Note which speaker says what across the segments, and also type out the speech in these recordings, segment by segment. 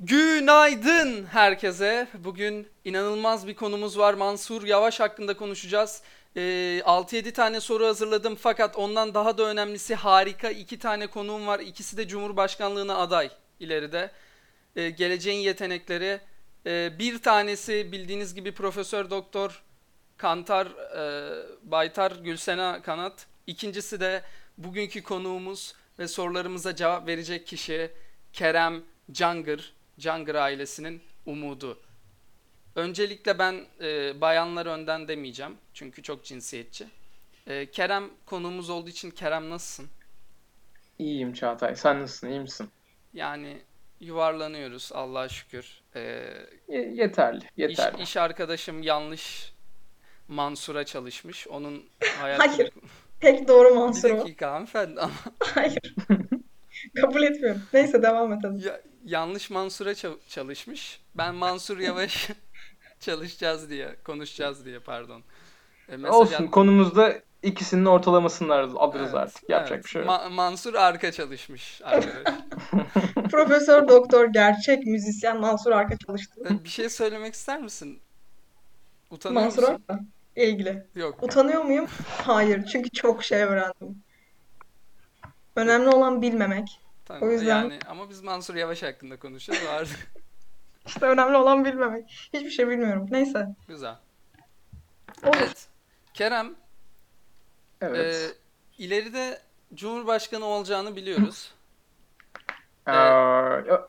Speaker 1: Günaydın herkese. Bugün inanılmaz bir konumuz var. Mansur Yavaş hakkında konuşacağız. Ee, 6-7 tane soru hazırladım fakat ondan daha da önemlisi harika iki tane konuğum var. İkisi de Cumhurbaşkanlığına aday ileride. Ee, geleceğin yetenekleri. Ee, bir tanesi bildiğiniz gibi Profesör Doktor Kantar e, Baytar Gülsena Kanat. İkincisi de bugünkü konuğumuz ve sorularımıza cevap verecek kişi Kerem Cangır. Cangır ailesinin umudu. Öncelikle ben e, bayanlar önden demeyeceğim. Çünkü çok cinsiyetçi. E, Kerem konuğumuz olduğu için Kerem nasılsın?
Speaker 2: İyiyim Çağatay. Sen nasılsın? İyi misin?
Speaker 1: Yani yuvarlanıyoruz Allah'a şükür. E,
Speaker 2: Ye- yeterli.
Speaker 1: İş,
Speaker 2: Yeterli.
Speaker 1: iş arkadaşım yanlış Mansur'a çalışmış. Onun hayal
Speaker 3: Hayır,
Speaker 1: kırıklığı-
Speaker 3: Tek doğru
Speaker 1: Bir
Speaker 3: Mansur o.
Speaker 1: dakika hanımefendi ama
Speaker 3: Hayır. Kabul etmiyorum. Neyse devam edelim.
Speaker 1: ya- yanlış Mansur'a ça- çalışmış. Ben Mansur Yavaş çalışacağız diye, konuşacağız diye pardon. E, mesaj
Speaker 2: Olsun.
Speaker 1: at-
Speaker 2: Konumuzda ikisinin ortalamasını alırız, alırız
Speaker 1: Evet,
Speaker 2: artık. Yapacak
Speaker 1: evet.
Speaker 2: bir şey yok.
Speaker 1: Ma- Mansur arka çalışmış arkadaş.
Speaker 3: Profesör Doktor Gerçek Müzisyen Mansur Arka çalıştı.
Speaker 1: E, bir şey söylemek ister misin? Utanıyor
Speaker 3: Mansur
Speaker 1: musun?
Speaker 3: Arka ilgili.
Speaker 1: Yok.
Speaker 3: Utanıyor muyum? Hayır. Çünkü çok şey öğrendim. Önemli olan bilmemek.
Speaker 1: Tamam.
Speaker 3: O yüzden-
Speaker 1: Yani ama biz Mansur Yavaş hakkında konuşuyoruz. Artık
Speaker 3: İşte önemli olan bilmemek. Hiçbir şey bilmiyorum. Neyse.
Speaker 1: güzel.
Speaker 3: Olur.
Speaker 1: Evet. Kerem
Speaker 2: Evet.
Speaker 1: Ee, ileride Cumhurbaşkanı olacağını biliyoruz. e,
Speaker 2: Ee, ö-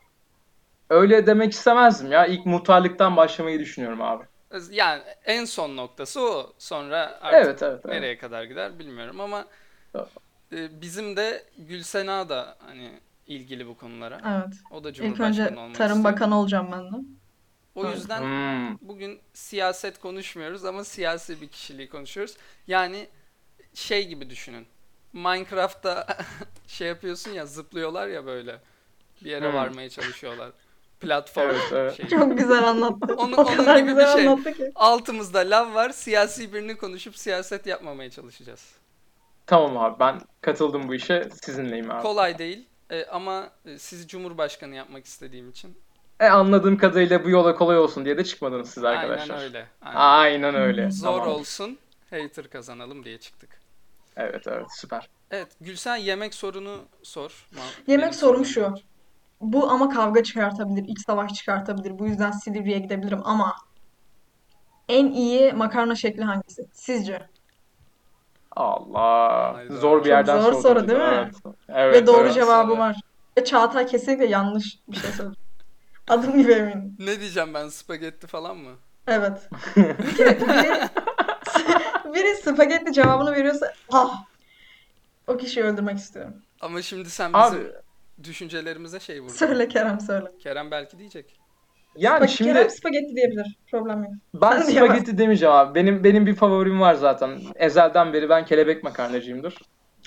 Speaker 2: öyle demek istemezdim ya. İlk muhtarlıktan başlamayı düşünüyorum abi.
Speaker 1: Yani en son noktası o. Sonra artık
Speaker 2: evet, evet, evet.
Speaker 1: nereye kadar gider bilmiyorum ama
Speaker 2: Tamam.
Speaker 1: e, bizim de Gülsena da hani ilgili bu konulara.
Speaker 3: Evet.
Speaker 1: O da
Speaker 3: İlk
Speaker 1: Cumhurbaşkanı
Speaker 3: önce
Speaker 1: olmak
Speaker 3: Tarım
Speaker 1: istiyor.
Speaker 3: Bakanı olacağım ben de.
Speaker 1: O yüzden
Speaker 2: Hmm.
Speaker 1: bugün siyaset konuşmuyoruz ama siyasi bir kişiliği konuşuyoruz. Yani şey gibi düşünün. Minecraft'ta şey yapıyorsun ya zıplıyorlar ya böyle. Bir yere
Speaker 2: Hmm.
Speaker 1: varmaya çalışıyorlar. Platform
Speaker 2: Evet, evet.
Speaker 1: şeyi.
Speaker 3: Çok güzel anlattı.
Speaker 1: Onun-
Speaker 3: o
Speaker 1: onun
Speaker 3: kadar
Speaker 1: gibi bir
Speaker 3: güzel
Speaker 1: şey.
Speaker 3: anlattı ki.
Speaker 1: Altımızda lav var. Siyasi birini konuşup siyaset yapmamaya çalışacağız.
Speaker 2: Tamam abi ben katıldım bu işe. Sizinleyim abi.
Speaker 1: Kolay değil e, ama e, sizi Cumhurbaşkanı yapmak istediğim için.
Speaker 2: E, anladığım kadarıyla bu yola kolay olsun diye de çıkmadınız siz arkadaşlar.
Speaker 1: Aynen öyle. Aynen. Hmm,
Speaker 2: Aynen öyle.
Speaker 1: Zor
Speaker 2: Tamam.
Speaker 1: olsun, hater kazanalım diye çıktık.
Speaker 2: Evet evet süper.
Speaker 1: Evet, Gülsen yemek sorunu sor. Ma-
Speaker 3: Yemek
Speaker 1: benim
Speaker 3: sorum
Speaker 1: sorumdu.
Speaker 3: Bu ama kavga çıkartabilir, iç savaş çıkartabilir. Bu yüzden Silivri'ye gidebilirim ama en iyi makarna şekli hangisi? Sizce?
Speaker 2: Allah.
Speaker 1: Hayda.
Speaker 2: Zor bir
Speaker 1: Çok
Speaker 2: yerden
Speaker 3: zor
Speaker 2: sordunuz.
Speaker 3: soru değil mi?
Speaker 2: Evet.
Speaker 3: Ve
Speaker 2: Evet,
Speaker 3: doğru
Speaker 2: evet.
Speaker 3: cevabı
Speaker 1: evet.
Speaker 3: var. Ve Çağatay kesinlikle yanlış bir şey söyledi. Adım gibi eminim.
Speaker 1: Ne diyeceğim ben spagetti falan mı?
Speaker 3: Evet. Biri, biri, biri spagetti cevabını veriyorsa ah o kişiyi öldürmek istiyorum.
Speaker 1: Ama şimdi sen
Speaker 2: Abi
Speaker 1: bizim düşüncelerimize şey vurdun.
Speaker 3: Söyle Kerem söyle.
Speaker 1: Kerem belki diyecek.
Speaker 2: yani
Speaker 3: Bak,
Speaker 2: şimdi
Speaker 3: Kerem spagetti diyebilir. Problem yok.
Speaker 2: ben
Speaker 3: Sen diyemezsin.
Speaker 2: spagetti demeyeceğim abi. Benim benim bir favorim var zaten. Ezelden beri ben kelebek makarnacıyımdır.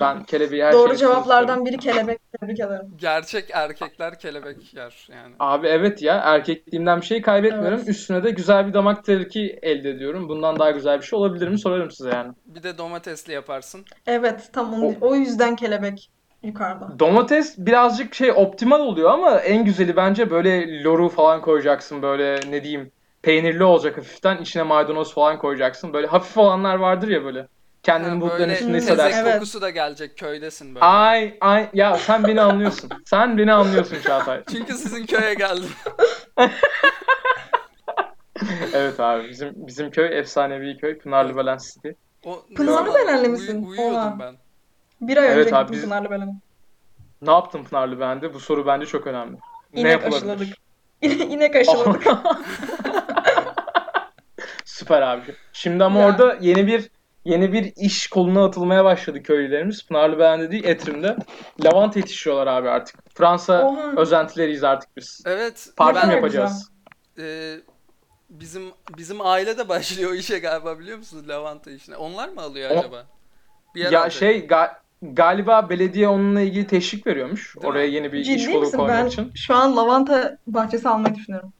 Speaker 2: Ben kelebeği her
Speaker 3: Doğru
Speaker 2: şeye
Speaker 3: cevaplardan
Speaker 2: sığdırıyorum.
Speaker 3: biri kelebek. Tebrik ederim.
Speaker 1: Gerçek erkekler kelebek yer yani.
Speaker 2: Abi evet ya erkekliğimden bir şey kaybetmiyorum.
Speaker 3: Evet.
Speaker 2: Üstüne de güzel bir damak terki elde ediyorum. Bundan daha güzel bir şey olabilir mi sorarım size yani.
Speaker 1: Bir de domatesli yaparsın.
Speaker 3: Evet tam onu, o yüzden kelebek yukarıda.
Speaker 2: Domates birazcık şey optimal oluyor ama en güzeli bence böyle loru falan koyacaksın böyle ne diyeyim peynirli olacak hafiften içine maydanoz falan koyacaksın. Böyle hafif olanlar vardır ya böyle. Kendini
Speaker 1: Ha,
Speaker 2: bulutların
Speaker 1: böyle
Speaker 3: Hmm,
Speaker 2: üstünde
Speaker 1: tezek
Speaker 2: hissedersin.
Speaker 3: Evet.
Speaker 1: kokusu da gelecek köydesin böyle.
Speaker 2: Ay ay ya sen beni anlıyorsun. Sen beni anlıyorsun Çağatay.
Speaker 1: Çünkü sizin köye geldim.
Speaker 2: Evet abi bizim bizim köy efsanevi köy Pınarlı Valens City.
Speaker 1: O ne
Speaker 3: Pınarlı
Speaker 1: zaman?
Speaker 3: Belenli
Speaker 1: Uyu-
Speaker 3: misin?
Speaker 1: uyuyordum
Speaker 3: Oha.
Speaker 1: ben.
Speaker 3: Bir ay
Speaker 2: Evet
Speaker 3: önce
Speaker 2: abi,
Speaker 3: gittim
Speaker 2: biz-
Speaker 3: Pınarlı Belen'e.
Speaker 2: Ne yaptın Pınarlı Belen'de? Bu soru bence çok önemli. Ne
Speaker 3: İnek
Speaker 2: yapılabilir?
Speaker 3: aşıladık. İnek aşıladık.
Speaker 2: Süper abi. Şimdi ama
Speaker 3: Ya.
Speaker 2: orada yeni bir yeni bir iş koluna atılmaya başladı köylülerimiz. Pınarlı Belen'de değil Etrim'de. Lavanta yetişiyorlar abi artık. Fransa
Speaker 3: Oha.
Speaker 2: özentileriyiz artık biz.
Speaker 1: Evet.
Speaker 2: Parfüm
Speaker 3: Ne
Speaker 1: ben,
Speaker 3: kadar
Speaker 2: yapacağız.
Speaker 1: e, bizim bizim aile de başlıyor o işe galiba biliyor musunuz lavanta işine. Onlar mı alıyor
Speaker 2: O-
Speaker 1: acaba? Bir yer
Speaker 2: Ya
Speaker 1: alacak.
Speaker 2: şey ga- galiba belediye onunla ilgili teşvik veriyormuş.
Speaker 1: Değil mi?
Speaker 2: Oraya yeni bir iş
Speaker 3: Ciddi
Speaker 2: kolu
Speaker 3: misin?
Speaker 2: koymak
Speaker 3: Ben
Speaker 2: için.
Speaker 3: şu an lavanta bahçesi almayı düşünüyorum.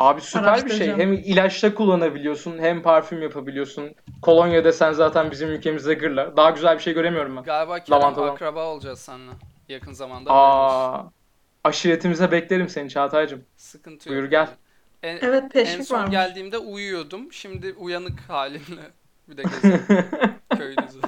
Speaker 2: Abi süper bir şey.
Speaker 3: Araştıracağım.
Speaker 2: Hem ilaçta kullanabiliyorsun, hem parfüm yapabiliyorsun. Kolonya desen zaten bizim ülkemizde gırla. Daha güzel bir şey göremiyorum ben.
Speaker 1: galiba Kerem
Speaker 2: Lavantadan.
Speaker 1: akraba olacağız seninle yakın zamanda. haberiniz olsun.
Speaker 2: Aa. Aşiretimize beklerim seni Çağatay'cım.
Speaker 1: Sıkıntı yok.
Speaker 2: Buyur gel.
Speaker 1: En,
Speaker 3: Evet
Speaker 1: en
Speaker 3: teşvik
Speaker 1: son
Speaker 3: varmış.
Speaker 1: geldiğimde uyuyordum. Şimdi uyanık halimle bir de gezerim köyünüzü.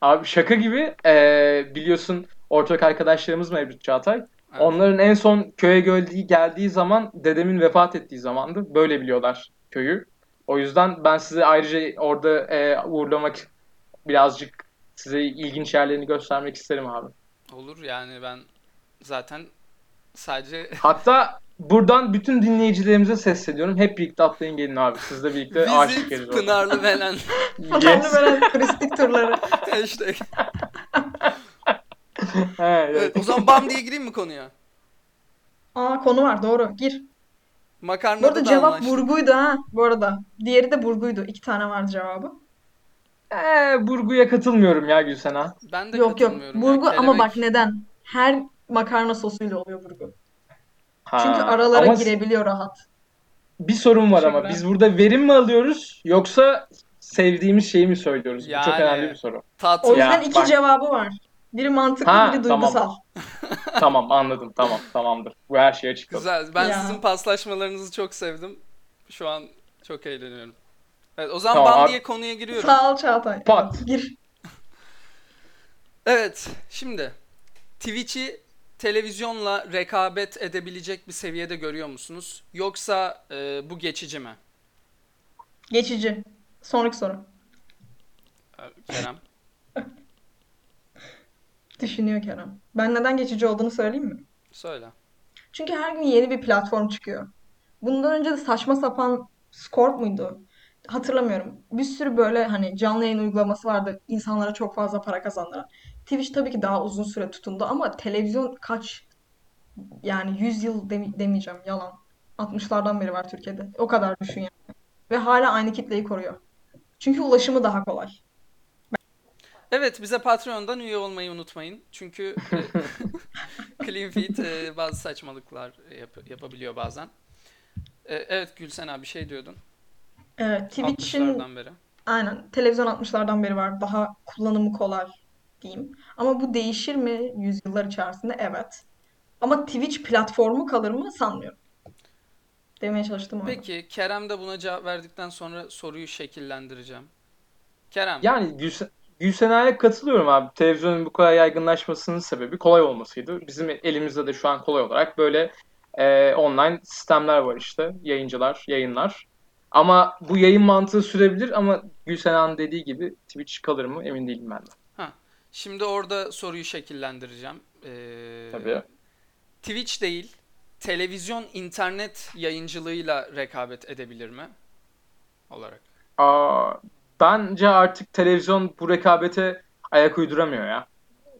Speaker 2: Abi şaka gibi eee, biliyorsun ortak arkadaşlarımız mevcut Çağatay.
Speaker 1: Evet.
Speaker 2: Onların en son köye geldiği, geldiği zaman dedemin vefat ettiği zamandı. Böyle biliyorlar köyü. O yüzden ben sizi ayrıca orada eee uğurlamak birazcık size ilginç yerlerini göstermek isterim abi.
Speaker 1: Olur yani ben zaten sadece
Speaker 2: Hatta buradan bütün dinleyicilerimize sesleniyorum. Hep birlikte atlayın gelin abi. Sizle birlikte aşık
Speaker 1: Visit
Speaker 2: gelin.
Speaker 1: Pınarlı Belen
Speaker 3: Pınarlı böyle turistik turları.
Speaker 1: hashtag.
Speaker 2: evet.
Speaker 1: Evet, o zaman bam diye gireyim mi konuya?
Speaker 3: Aa konu var doğru gir. Bu
Speaker 1: Makarna
Speaker 3: arada
Speaker 1: da
Speaker 3: cevap
Speaker 1: anlaştık.
Speaker 3: burguydu ha bu arada. Diğeri de burguydu. İki tane vardı cevabı.
Speaker 2: Eee, E, Burgu'ya katılmıyorum ya Gülsena.
Speaker 1: Ben de
Speaker 3: Yok yok
Speaker 1: katılmıyorum. ya,
Speaker 3: burgu ama
Speaker 1: kelebek.
Speaker 3: bak neden? Her makarna sosuyla oluyor burgu.
Speaker 2: Ha,
Speaker 3: Çünkü aralara
Speaker 2: ama
Speaker 3: girebiliyor rahat.
Speaker 2: Bir sorun var ama
Speaker 3: Teşekkürler.
Speaker 2: biz burada verim mi alıyoruz yoksa sevdiğimiz şeyi mi söylüyoruz? Bu çok
Speaker 1: Yani.
Speaker 2: önemli bir soru.
Speaker 3: O
Speaker 1: Tatlı.
Speaker 2: Ya,
Speaker 3: yüzden iki
Speaker 2: bak.
Speaker 3: cevabı var. Biri mantıklı,
Speaker 2: Ha,
Speaker 3: biri
Speaker 2: tamam.
Speaker 3: duygusal.
Speaker 2: tamam anladım tamam tamamdır. Bu her şeyi açıkladı.
Speaker 1: Güzel. Ben
Speaker 3: Ya.
Speaker 1: sizin paslaşmalarınızı çok sevdim. Şu an çok eğleniyorum. Evet, o zaman
Speaker 2: Tamam,
Speaker 1: bam
Speaker 2: abi.
Speaker 1: diye konuya giriyorum.
Speaker 3: Sağ ol Çağatay.
Speaker 2: Pat.
Speaker 3: Gir.
Speaker 1: Evet, şimdi Twitch'i televizyonla rekabet edebilecek bir seviyede görüyor musunuz? Yoksa e, bu geçici mi?
Speaker 3: Geçici. Sonraki soru.
Speaker 1: Ee, Kerem.
Speaker 3: Düşünüyor Kerem. Ben neden geçici olduğunu söyleyeyim mi?
Speaker 1: Söyle.
Speaker 3: Çünkü her gün yeni bir platform çıkıyor. Bundan önce de saçma sapan Scorp muydu? Hatırlamıyorum. Bir sürü böyle hani canlı yayın uygulaması vardı. İnsanlara çok fazla para kazandıran. Twitch tabii ki daha uzun süre tutundu ama televizyon kaç yani 100 yıl deme- demeyeceğim yalan. 60'lardan beri var Türkiye'de. O kadar düşün yani. Ve hala aynı kitleyi koruyor. Çünkü ulaşımı daha kolay.
Speaker 1: Evet, bize Patreon'dan üye olmayı unutmayın. Çünkü e, Clean Feed e, bazı saçmalıklar yap- yapabiliyor bazen. E, evet Gülsen abi bir şey diyordun.
Speaker 3: Evet, Twitch'in
Speaker 1: 60'lardan beri.
Speaker 3: Aynen. Televizyon 60'lardan beri var. Daha kullanımı kolay diyeyim. Ama bu değişir mi yüzyıllar içerisinde? Evet. Ama Twitch platformu kalır mı sanmıyorum. Demeye çalıştım o.
Speaker 1: Peki Kerem de buna cevap verdikten sonra soruyu şekillendireceğim. Kerem,
Speaker 2: Yani Gülse- Gülsena'ya katılıyorum abi. Televizyonun bu kadar yaygınlaşmasının sebebi kolay olmasıydı. Bizim elimizde de şu an kolay olarak böyle e, online sistemler var işte. Yayıncılar, yayınlar. Ama bu yayın mantığı sürebilir ama Gülsena'nın dediği gibi Twitch kalır mı emin değilim ben de.
Speaker 1: şimdi orada soruyu şekillendireceğim. Ee,
Speaker 2: Tabii.
Speaker 1: Twitch değil, televizyon internet yayıncılığıyla rekabet edebilir mi? Olarak.
Speaker 2: Aa, bence artık televizyon bu rekabete ayak uyduramıyor ya.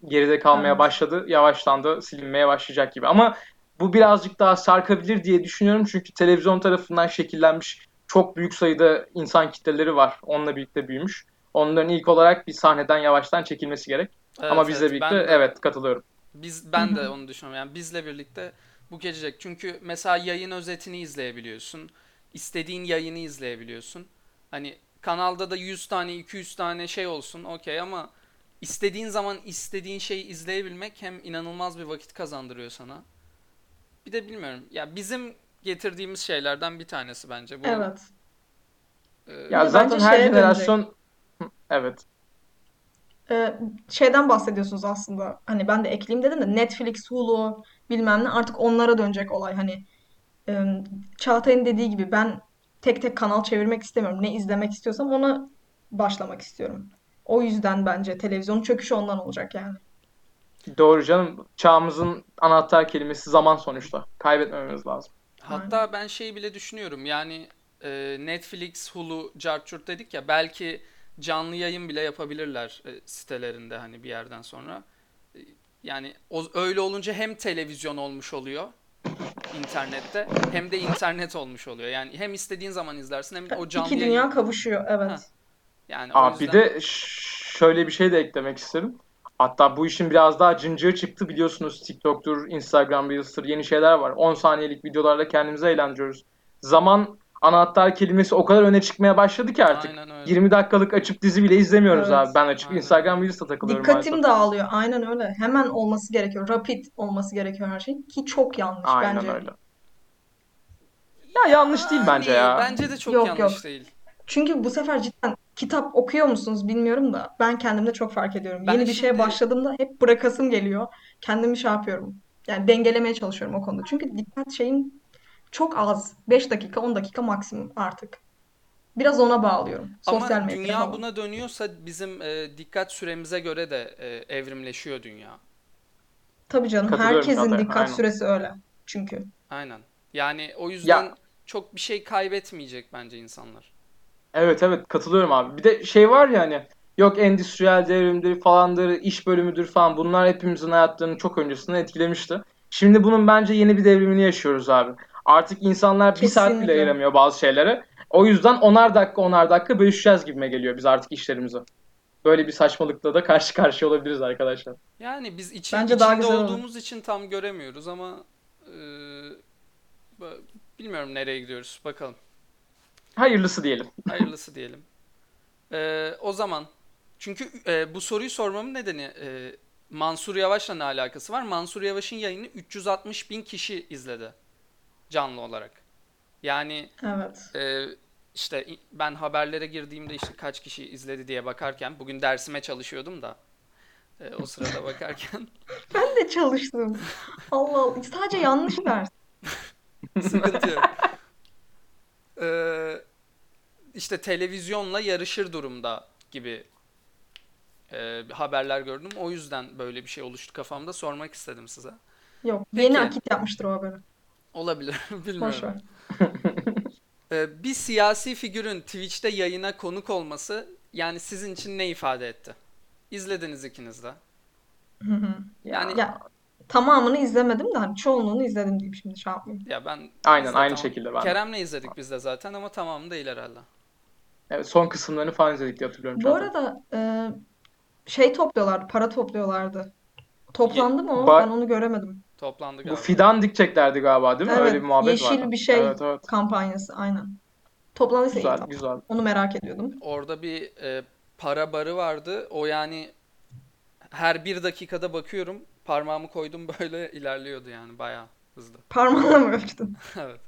Speaker 2: Geride kalmaya
Speaker 3: Evet.
Speaker 2: başladı. Yavaştan da silinmeye başlayacak gibi. Ama bu birazcık daha sarkabilir diye düşünüyorum. Çünkü televizyon tarafından şekillenmiş çok büyük sayıda insan kitleleri var. Onunla birlikte büyümüş. Onların ilk olarak bir sahneden yavaştan çekilmesi gerek.
Speaker 1: Evet,
Speaker 2: Ama bizle
Speaker 1: evet,
Speaker 2: birlikte
Speaker 1: ben de-
Speaker 2: evet katılıyorum.
Speaker 1: Biz ben
Speaker 3: Hı
Speaker 1: de
Speaker 3: hı.
Speaker 1: onu düşünüyorum. Yani bizle birlikte bu gelecek. Çünkü mesela yayın özetini izleyebiliyorsun. İstediğin yayını izleyebiliyorsun. Hani kanalda da 100 tane, 200 tane şey olsun okey ama istediğin zaman istediğin şeyi izleyebilmek hem inanılmaz bir vakit kazandırıyor sana. Bir de bilmiyorum. Ya bizim getirdiğimiz şeylerden bir tanesi bence bu.
Speaker 3: Evet.
Speaker 1: Ee,
Speaker 2: Ya
Speaker 3: de
Speaker 2: zaten
Speaker 3: bence
Speaker 2: her
Speaker 3: şeye
Speaker 2: jenerasyon Hı, evet.
Speaker 3: Ee, şeyden bahsediyorsunuz aslında. Hani ben de ekleyeyim dedim de Netflix, Hulu bilmem ne artık onlara dönecek olay. Hani e, Çağatay'ın dediği gibi ben tek tek kanal çevirmek istemiyorum. Ne izlemek istiyorsam ona başlamak istiyorum. O yüzden bence televizyonun çöküşü ondan olacak yani.
Speaker 2: Doğru canım. Çağımızın anahtar kelimesi zaman sonuçta. Kaybetmememiz lazım.
Speaker 1: Hatta ben şeyi bile düşünüyorum yani e, Netflix, Hulu, Carchurt dedik ya belki canlı yayın bile yapabilirler e, sitelerinde hani bir yerden sonra. E, yani o, öyle olunca hem televizyon olmuş oluyor internette hem de internet olmuş oluyor. Yani hem istediğin zaman izlersin hem o
Speaker 3: İki
Speaker 1: canlı
Speaker 3: dünya
Speaker 1: yayın.
Speaker 3: kavuşuyor evet.
Speaker 1: Ha. Yani o
Speaker 2: Aa, bir
Speaker 1: yüzden-
Speaker 2: de ş- şöyle bir şey de eklemek isterim. Hatta bu işin biraz daha cıncığı çıktı biliyorsunuz. TikTok'tur, Instagram Reels'tır yeni şeyler var. 10 saniyelik videolarla kendimizi eğlendiriyoruz. Zaman anahtar kelimesi o kadar öne çıkmaya başladı ki artık.
Speaker 1: Aynen öyle.
Speaker 2: 20 dakikalık açıp dizi bile izlemiyoruz
Speaker 3: Evet.
Speaker 2: abi. Ben açıp
Speaker 1: Aynen.
Speaker 2: Instagram Reels'e takılıyorum.
Speaker 3: Dikkatim
Speaker 2: maalesef.
Speaker 3: dağılıyor. Aynen öyle. Hemen olması gerekiyor. Rapid olması gerekiyor her şey. Ki çok yanlış
Speaker 2: Aynen
Speaker 3: bence.
Speaker 2: öyle. Ya yanlış değil bence ya.
Speaker 1: Bence de çok
Speaker 3: Yok,
Speaker 1: yanlış
Speaker 3: yok.
Speaker 1: değil.
Speaker 3: Çünkü bu sefer cidden kitap okuyor musunuz bilmiyorum da ben kendimde çok fark ediyorum.
Speaker 1: Ben
Speaker 3: Yeni bir şeye
Speaker 1: şimdi-
Speaker 3: başladığımda hep bırakasım geliyor. Kendimi şey yapıyorum. Yani dengelemeye çalışıyorum o konuda. Çünkü dikkat şeyim çok az. 5 dakika, 10 dakika maksimum artık. Biraz ona bağlıyorum. Sosyal
Speaker 1: Ama
Speaker 3: medya
Speaker 1: dünya
Speaker 3: falan.
Speaker 1: buna dönüyorsa bizim e, dikkat süremize göre de e, evrimleşiyor dünya.
Speaker 3: Tabii canım
Speaker 2: Katılıyorum
Speaker 3: herkesin
Speaker 2: Çağatay'a,
Speaker 3: dikkat
Speaker 2: aynen.
Speaker 3: süresi öyle. Çünkü.
Speaker 1: Aynen. Yani o yüzden
Speaker 2: Ya-
Speaker 1: çok bir şey kaybetmeyecek bence insanlar.
Speaker 2: Evet evet katılıyorum abi. Bir de şey var ya hani yok endüstriyel devrimdir falandır, iş bölümüdür falan bunlar hepimizin hayatlarını çok öncesinden etkilemişti. Şimdi bunun bence yeni bir devrimini yaşıyoruz abi. Artık insanlar bir saat bile
Speaker 3: Kesinlikle.
Speaker 2: ayıramıyor bazı şeylere. O yüzden onar dakika onar dakika bölüşeceğiz gibime geliyor biz artık işlerimizi. Böyle bir saçmalıkla da karşı karşıya olabiliriz arkadaşlar.
Speaker 1: Yani biz içi-
Speaker 3: Bence
Speaker 1: içinde
Speaker 3: daha güzel olur.
Speaker 1: olduğumuz için tam göremiyoruz ama e, b- bilmiyorum nereye gidiyoruz. Bakalım.
Speaker 2: Hayırlısı diyelim.
Speaker 1: Hayırlısı diyelim. E, o zaman çünkü e, bu soruyu sormamın nedeni e, Mansur Yavaş'la ne alakası var? Mansur Yavaş'ın yayını 360 bin kişi izledi canlı olarak. Yani
Speaker 3: Evet.
Speaker 1: Ee, işte i- ben haberlere girdiğimde işte kaç kişi izledi diye bakarken bugün dersime çalışıyordum da e, o sırada bakarken
Speaker 3: Ben de çalıştım. Allah Allah. Sadece yanlış ders.
Speaker 1: sıkıntı yok. Ee, işte televizyonla yarışır durumda gibi e, haberler gördüm. O yüzden böyle bir şey oluştu kafamda. Sormak istedim size.
Speaker 3: Yok.
Speaker 1: Peki.
Speaker 3: Yeni akit yapmıştır o haberi.
Speaker 1: Olabilir, bilmiyorum.
Speaker 3: Boş ver.
Speaker 1: Ee, bir siyasi figürün Twitch'te yayına konuk olması yani sizin için ne ifade etti? İzlediniz ikiniz de.
Speaker 3: Hı hı.
Speaker 1: Yani
Speaker 3: Ya tamamını izlemedim de hani çoğunluğunu izledim diyeyim şimdi şey yapmayayım.
Speaker 1: Ya ben
Speaker 2: Aynen,
Speaker 1: biz de
Speaker 2: aynı şekilde ben de.
Speaker 1: Kerem'le izledik biz de zaten ama tamamı değil herhalde.
Speaker 2: Evet, son kısımlarını falan izledik diye hatırlıyorum.
Speaker 3: Bu
Speaker 2: Çağatay.
Speaker 3: arada e, şey topluyorlardı, para topluyorlardı. Toplandı mı o?
Speaker 2: Ba-
Speaker 3: Ben onu göremedim.
Speaker 1: Toplandı
Speaker 2: Bu
Speaker 1: galiba.
Speaker 2: fidan dikeceklerdi galiba değil mi?
Speaker 3: Evet,
Speaker 2: Öyle bir muhabbet
Speaker 3: yeşil
Speaker 2: vardı.
Speaker 3: bir şey
Speaker 2: Evet evet.
Speaker 3: kampanyası aynen. Toplandıysa iyi
Speaker 2: Güzel
Speaker 3: tamam.
Speaker 2: güzel.
Speaker 3: Onu merak ediyordum.
Speaker 1: Orada bir e, para barı vardı. O yani her bir dakikada bakıyorum parmağımı koydum böyle ilerliyordu yani bayağı hızlı.
Speaker 3: Parmağınla mı ölçtün?
Speaker 1: evet.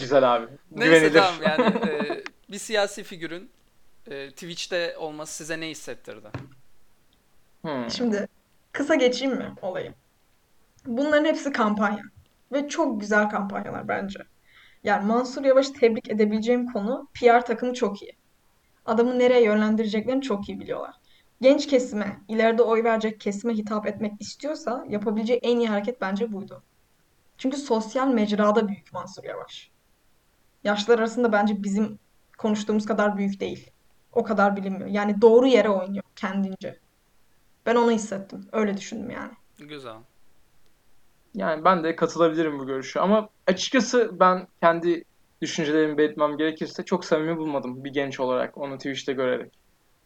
Speaker 2: Güzel abi.
Speaker 1: Neyse
Speaker 2: Güvenilir.
Speaker 1: tamam yani e, bir siyasi figürün e, Twitch'te olması size ne hissettirdi?
Speaker 2: Hmm.
Speaker 3: Şimdi kısa geçeyim mi olayı? Bunların hepsi kampanya. Ve çok güzel kampanyalar bence. Yani Mansur Yavaş'ı tebrik edebileceğim konu PR takımı çok iyi. Adamı nereye yönlendireceklerini çok iyi biliyorlar. Genç kesime, ileride oy verecek kesime hitap etmek istiyorsa yapabileceği en iyi hareket bence buydu. Çünkü sosyal mecrada büyük Mansur Yavaş. Yaşlar arasında bence bizim konuştuğumuz kadar büyük değil. O kadar bilinmiyor. Yani doğru yere oynuyor kendince. Ben onu hissettim. Öyle düşündüm yani.
Speaker 1: Güzel.
Speaker 2: Yani ben de katılabilirim bu görüşe ama açıkçası ben kendi düşüncelerimi belirtmem gerekirse çok samimi bulmadım bir genç olarak onu Twitch'te görerek.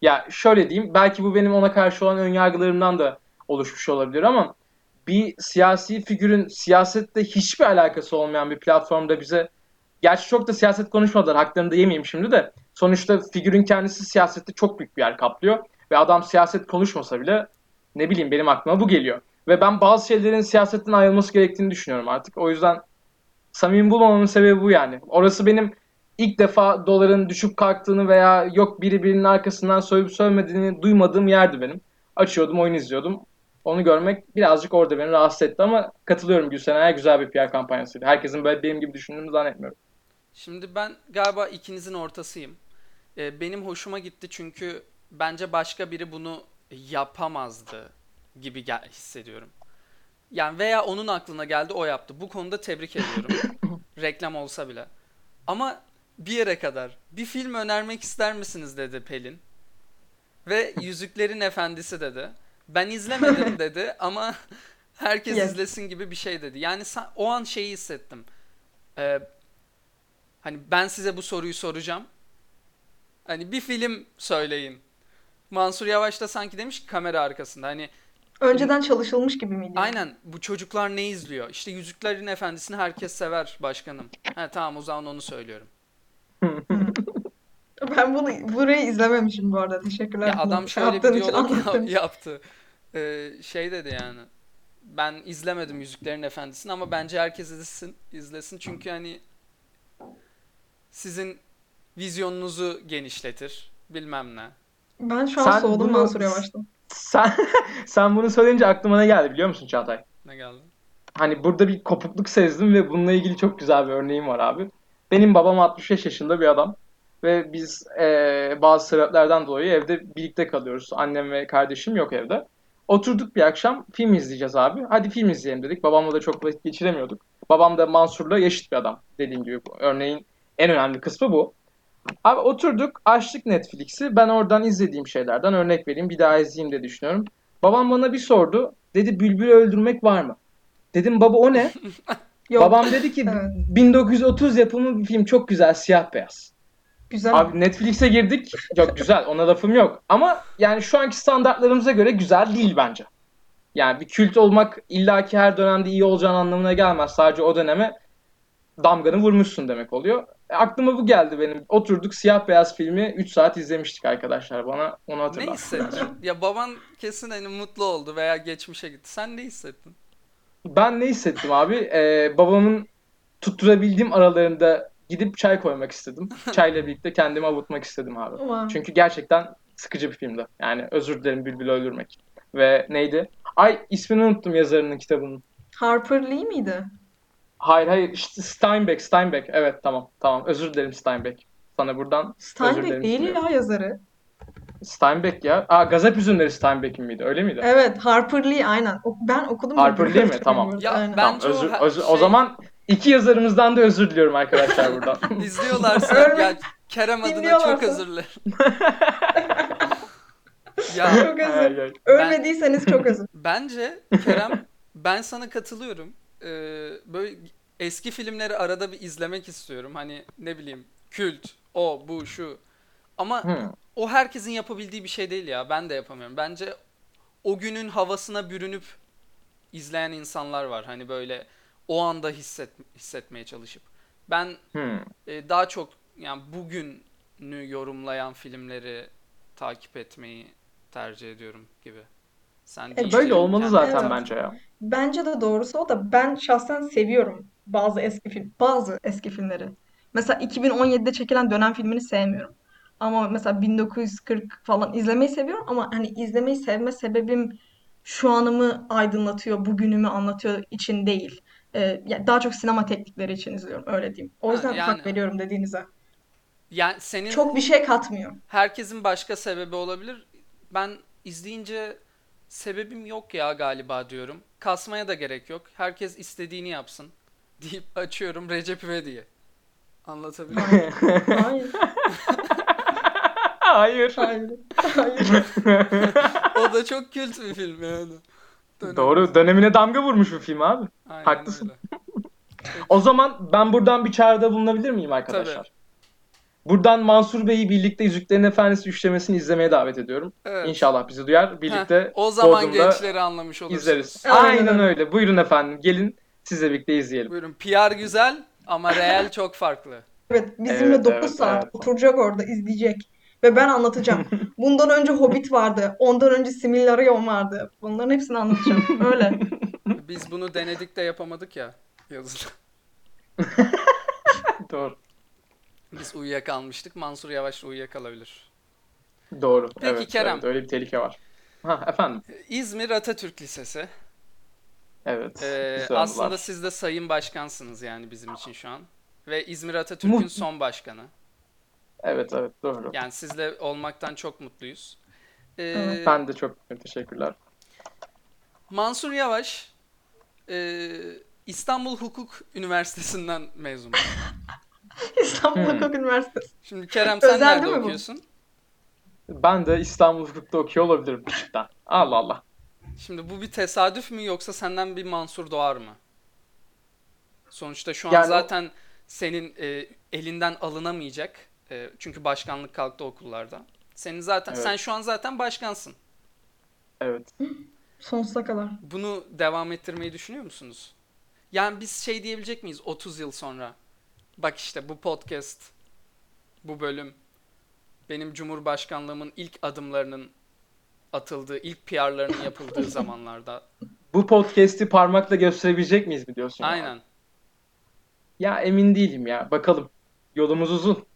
Speaker 2: Ya şöyle diyeyim belki bu benim ona karşı olan önyargılarımdan da oluşmuş olabilir ama bir siyasi figürün siyasetle hiçbir alakası olmayan bir platformda bize gerçi çok da siyaset konuşmadılar haklarını da yemeyeyim şimdi de sonuçta figürün kendisi siyasette çok büyük bir yer kaplıyor ve adam siyaset konuşmasa bile ne bileyim benim aklıma bu geliyor. Ve ben bazı şeylerin siyasetten ayrılması gerektiğini düşünüyorum artık. O yüzden samimi bulmamamın sebebi bu yani. Orası benim ilk defa doların düşüp kalktığını veya yok biri birinin arkasından sövüp sövmediğini duymadığım yerdi benim. Açıyordum, oyun izliyordum. Onu görmek birazcık orada beni rahatsız etti ama katılıyorum Gülsenay'a güzel bir PR kampanyasıydı. Herkesin böyle benim gibi düşündüğünü zannetmiyorum.
Speaker 1: Şimdi ben galiba ikinizin ortasıyım. Ee, benim hoşuma gitti çünkü bence başka biri bunu yapamazdı gibi gel- hissediyorum. Yani veya onun aklına geldi o yaptı. Bu konuda tebrik ediyorum. Reklam olsa bile. Ama bir yere kadar. Bir film önermek ister misiniz dedi Pelin. Ve Yüzüklerin Efendisi dedi. Ben izlemedim dedi ama herkes
Speaker 3: Yes.
Speaker 1: izlesin gibi bir şey dedi. Yani sa- o an şeyi hissettim. Ee, Hani ben size bu soruyu soracağım. Hani bir film söyleyin. Mansur Yavaş da sanki demiş ki kamera arkasında hani
Speaker 3: önceden çalışılmış gibi miydi?
Speaker 1: Aynen bu çocuklar ne izliyor? İşte Yüzüklerin Efendisi'ni herkes sever başkanım. Ha tamam o zaman onu söylüyorum.
Speaker 3: Ben bunu burayı izlememişim bu arada. Teşekkürler.
Speaker 1: Ya
Speaker 3: bunu
Speaker 1: adam şöyle bir
Speaker 3: yaptığın için,
Speaker 1: diyalog ya-
Speaker 3: anlattığın için.
Speaker 1: yaptı. Ee, şey dedi yani. Ben izlemedim Yüzüklerin Efendisi'ni ama bence herkes izlesin. izlesin. Çünkü hani sizin vizyonunuzu genişletir. Bilmem ne.
Speaker 3: Ben şu an
Speaker 2: Sen
Speaker 3: soğudum
Speaker 2: bunu-
Speaker 3: Mansur Yavaş'tan.
Speaker 2: Sen sen bunu söyleyince aklıma ne geldi biliyor musun Çağatay?
Speaker 1: Ne geldi?
Speaker 2: Hani burada bir kopukluk sezdim ve bununla ilgili çok güzel bir örneğim var abi. Benim babam 65 yaşında bir adam ve biz eee, bazı sebeplerden dolayı evde birlikte kalıyoruz. Annem ve kardeşim yok evde. Oturduk bir akşam film izleyeceğiz abi. Hadi film izleyelim dedik. Babamla da çok vakit geçiremiyorduk. Babam da Mansur'la eşit bir adam dediğim gibi. Bu Örneğin en önemli kısmı bu. Abi oturduk açtık Netflix'i. Ben oradan izlediğim şeylerden örnek vereyim. Bir daha izleyeyim de düşünüyorum. Babam bana bir sordu. Dedi bülbülü öldürmek var mı? Dedim baba o ne?
Speaker 3: Yok,
Speaker 2: Babam dedi ki
Speaker 3: Evet.
Speaker 2: 1930 yapımı bir film çok güzel siyah beyaz.
Speaker 3: güzel.
Speaker 2: Abi Netflix'e girdik. Yok güzel ona lafım yok. Ama yani şu anki standartlarımıza göre güzel değil bence. Yani bir kült olmak illaki her dönemde iyi olacağın anlamına gelmez. Sadece o döneme damganı vurmuşsun demek oluyor. E, aklıma bu geldi benim. Oturduk siyah beyaz filmi 3 saat izlemiştik arkadaşlar. Bana onu
Speaker 1: Ne
Speaker 2: hatırlat.
Speaker 1: hissettin? ya baban kesin hani mutlu oldu veya geçmişe gitti. Sen ne hissettin?
Speaker 2: Ben ne hissettim abi? Ee, babamın tutturabildiğim aralarında gidip çay koymak istedim. Çayla birlikte kendimi avutmak istedim abi.
Speaker 3: Vay.
Speaker 2: Çünkü gerçekten sıkıcı bir filmdi. Yani özür dilerim Bülbül'ü öldürmek. Ve neydi? Ay ismini unuttum yazarının kitabının.
Speaker 3: Harper Lee miydi?
Speaker 2: Hayır hayır işte Steinbeck, Steinbeck. Evet tamam tamam özür dilerim Steinbeck. Sana buradan özür dilerim
Speaker 3: Steinbeck değil
Speaker 2: diliyorum.
Speaker 3: ya yazarı.
Speaker 2: Steinbeck ya. Aa Gazap Üzümleri Steinbeck'in miydi öyle miydi?
Speaker 3: Evet Harper Lee aynen. O- Ben okudum. da
Speaker 2: Harper Lee mi?
Speaker 3: bilmiyorum
Speaker 2: Tamam.
Speaker 3: burada,
Speaker 1: Ya
Speaker 3: aynen.
Speaker 1: ben-
Speaker 2: Tamam,
Speaker 1: Bence o
Speaker 2: özür,
Speaker 1: ha-
Speaker 2: özür-
Speaker 1: şey-
Speaker 2: O zaman iki yazarımızdan da özür diliyorum arkadaşlar buradan.
Speaker 1: İzliyorlarsa ya Kerem adına çok
Speaker 3: Dinliyorlarsa.
Speaker 1: özür dilerim. ya
Speaker 3: Çok
Speaker 2: Ay,
Speaker 3: özür.
Speaker 2: ay, ay.
Speaker 3: Ölmediyseniz çok özür.
Speaker 1: Bence Kerem ben sana katılıyorum. Ee, böyle eski filmleri arada bir izlemek istiyorum. Hani ne bileyim kült, o, bu, şu. Ama
Speaker 2: Hmm.
Speaker 1: o herkesin yapabildiği bir şey değil ya. Ben de yapamıyorum. Bence o günün havasına bürünüp izleyen insanlar var. Hani böyle o anda hisset, hissetmeye çalışıp. Ben
Speaker 2: Hmm.
Speaker 1: e, daha çok yani bugünü yorumlayan filmleri takip etmeyi tercih ediyorum gibi. Sen
Speaker 3: E,
Speaker 1: değiştirdin
Speaker 2: Böyle olmalı
Speaker 1: kendini.
Speaker 2: zaten
Speaker 3: Evet.
Speaker 2: bence ya.
Speaker 3: Bence de doğrusu o da ben şahsen seviyorum bazı eski film, bazı eski filmleri. Mesela 2017'de çekilen dönem filmini sevmiyorum. Ama mesela 1940 falan izlemeyi seviyorum ama hani izlemeyi sevme sebebim şu anımı aydınlatıyor, bugünümü anlatıyor için değil. Ee, ya daha çok sinema teknikleri için izliyorum öyle diyeyim. O
Speaker 1: Ha,
Speaker 3: yüzden hak
Speaker 1: yani.
Speaker 3: veriyorum dediğinize.
Speaker 1: Yani senin
Speaker 3: Çok bir şey katmıyor.
Speaker 1: herkesin başka sebebi olabilir. Ben izleyince sebebim yok ya galiba diyorum. Kasmaya da gerek yok. Herkes istediğini yapsın deyip açıyorum Recep İvedik'i. Anlatabiliyor muyum?
Speaker 3: Hayır. Hayır.
Speaker 2: Hayır.
Speaker 3: Hayır. Hayır.
Speaker 1: O da çok kült bir film yani. Dönem.
Speaker 2: Doğru. Dönemine damga vurmuş bu film abi.
Speaker 1: Aynen
Speaker 2: haklısın.
Speaker 1: öyle.
Speaker 2: O zaman ben buradan bir çağrıda bulunabilir miyim arkadaşlar? Buradan Mansur Bey'i birlikte Yüzüklerin Efendisi üçlemesini izlemeye davet ediyorum.
Speaker 1: Evet.
Speaker 2: İnşallah bizi duyar. Birlikte
Speaker 1: Heh, o zaman
Speaker 2: Bodrum'da
Speaker 1: gençleri anlamış olursunuz.
Speaker 2: izleriz.
Speaker 3: Aynen
Speaker 2: Aynen,
Speaker 3: öyle.
Speaker 2: öyle. Buyurun efendim. Gelin sizle birlikte izleyelim.
Speaker 1: Buyurun. PR güzel ama real çok farklı.
Speaker 3: Evet, bizimle
Speaker 2: Evet,
Speaker 3: 9
Speaker 2: evet,
Speaker 3: saat
Speaker 2: evet.
Speaker 3: oturacak orada izleyecek ve ben anlatacağım. Bundan önce Hobbit vardı, ondan önce Silmarillion vardı. Bunların hepsini anlatacağım. Öyle.
Speaker 1: Biz bunu denedik de yapamadık ya yazılı.
Speaker 2: Doğru.
Speaker 1: Biz uyuyakalmıştık. Mansur Yavaş da uyuyakalabilir.
Speaker 2: Doğru.
Speaker 1: Peki
Speaker 2: evet,
Speaker 1: Kerem.
Speaker 2: evet, öyle bir tehlike var. Ha efendim.
Speaker 1: İzmir Atatürk Lisesi.
Speaker 2: Evet.
Speaker 1: Ee,
Speaker 2: güzel
Speaker 1: aslında
Speaker 2: var.
Speaker 1: siz de sayın başkansınız yani bizim için şu an. Ve İzmir Atatürk'ün
Speaker 2: Mut-
Speaker 1: son başkanı.
Speaker 2: Evet evet doğru.
Speaker 1: Yani sizle olmaktan çok mutluyuz. Ee,
Speaker 3: Evet,
Speaker 2: Ben de çok teşekkürler.
Speaker 1: Mansur Yavaş e, İstanbul Hukuk Üniversitesi'nden mezun.
Speaker 3: İstanbul
Speaker 2: Hmm.
Speaker 3: Hukuk Üniversitesi.
Speaker 1: Şimdi Kerem sen
Speaker 3: Özel
Speaker 1: nerede
Speaker 3: değil mi bu?
Speaker 1: okuyorsun?
Speaker 2: Ben de İstanbul Hukuk'ta okuyor olabilirim küçükten. Allah Allah.
Speaker 1: Şimdi bu bir tesadüf mü yoksa senden bir Mansur doğar mı? Sonuçta şu an
Speaker 2: Yani o-
Speaker 1: zaten senin e, elinden alınamayacak. E, çünkü başkanlık kalktı okullarda. Senin zaten
Speaker 2: Evet.
Speaker 1: sen şu an zaten başkansın.
Speaker 2: Evet.
Speaker 3: Sonsuza kadar.
Speaker 1: Bunu devam ettirmeyi düşünüyor musunuz? Yani biz şey diyebilecek miyiz 30 yıl sonra? Bak işte bu podcast, bu bölüm benim cumhurbaşkanlığımın ilk adımlarının atıldığı, ilk PR'larının yapıldığı zamanlarda.
Speaker 2: Bu podcast'i parmakla gösterebilecek miyiz mi diyorsun?
Speaker 1: Aynen.
Speaker 2: Ya emin değilim ya. Bakalım. Yolumuz uzun.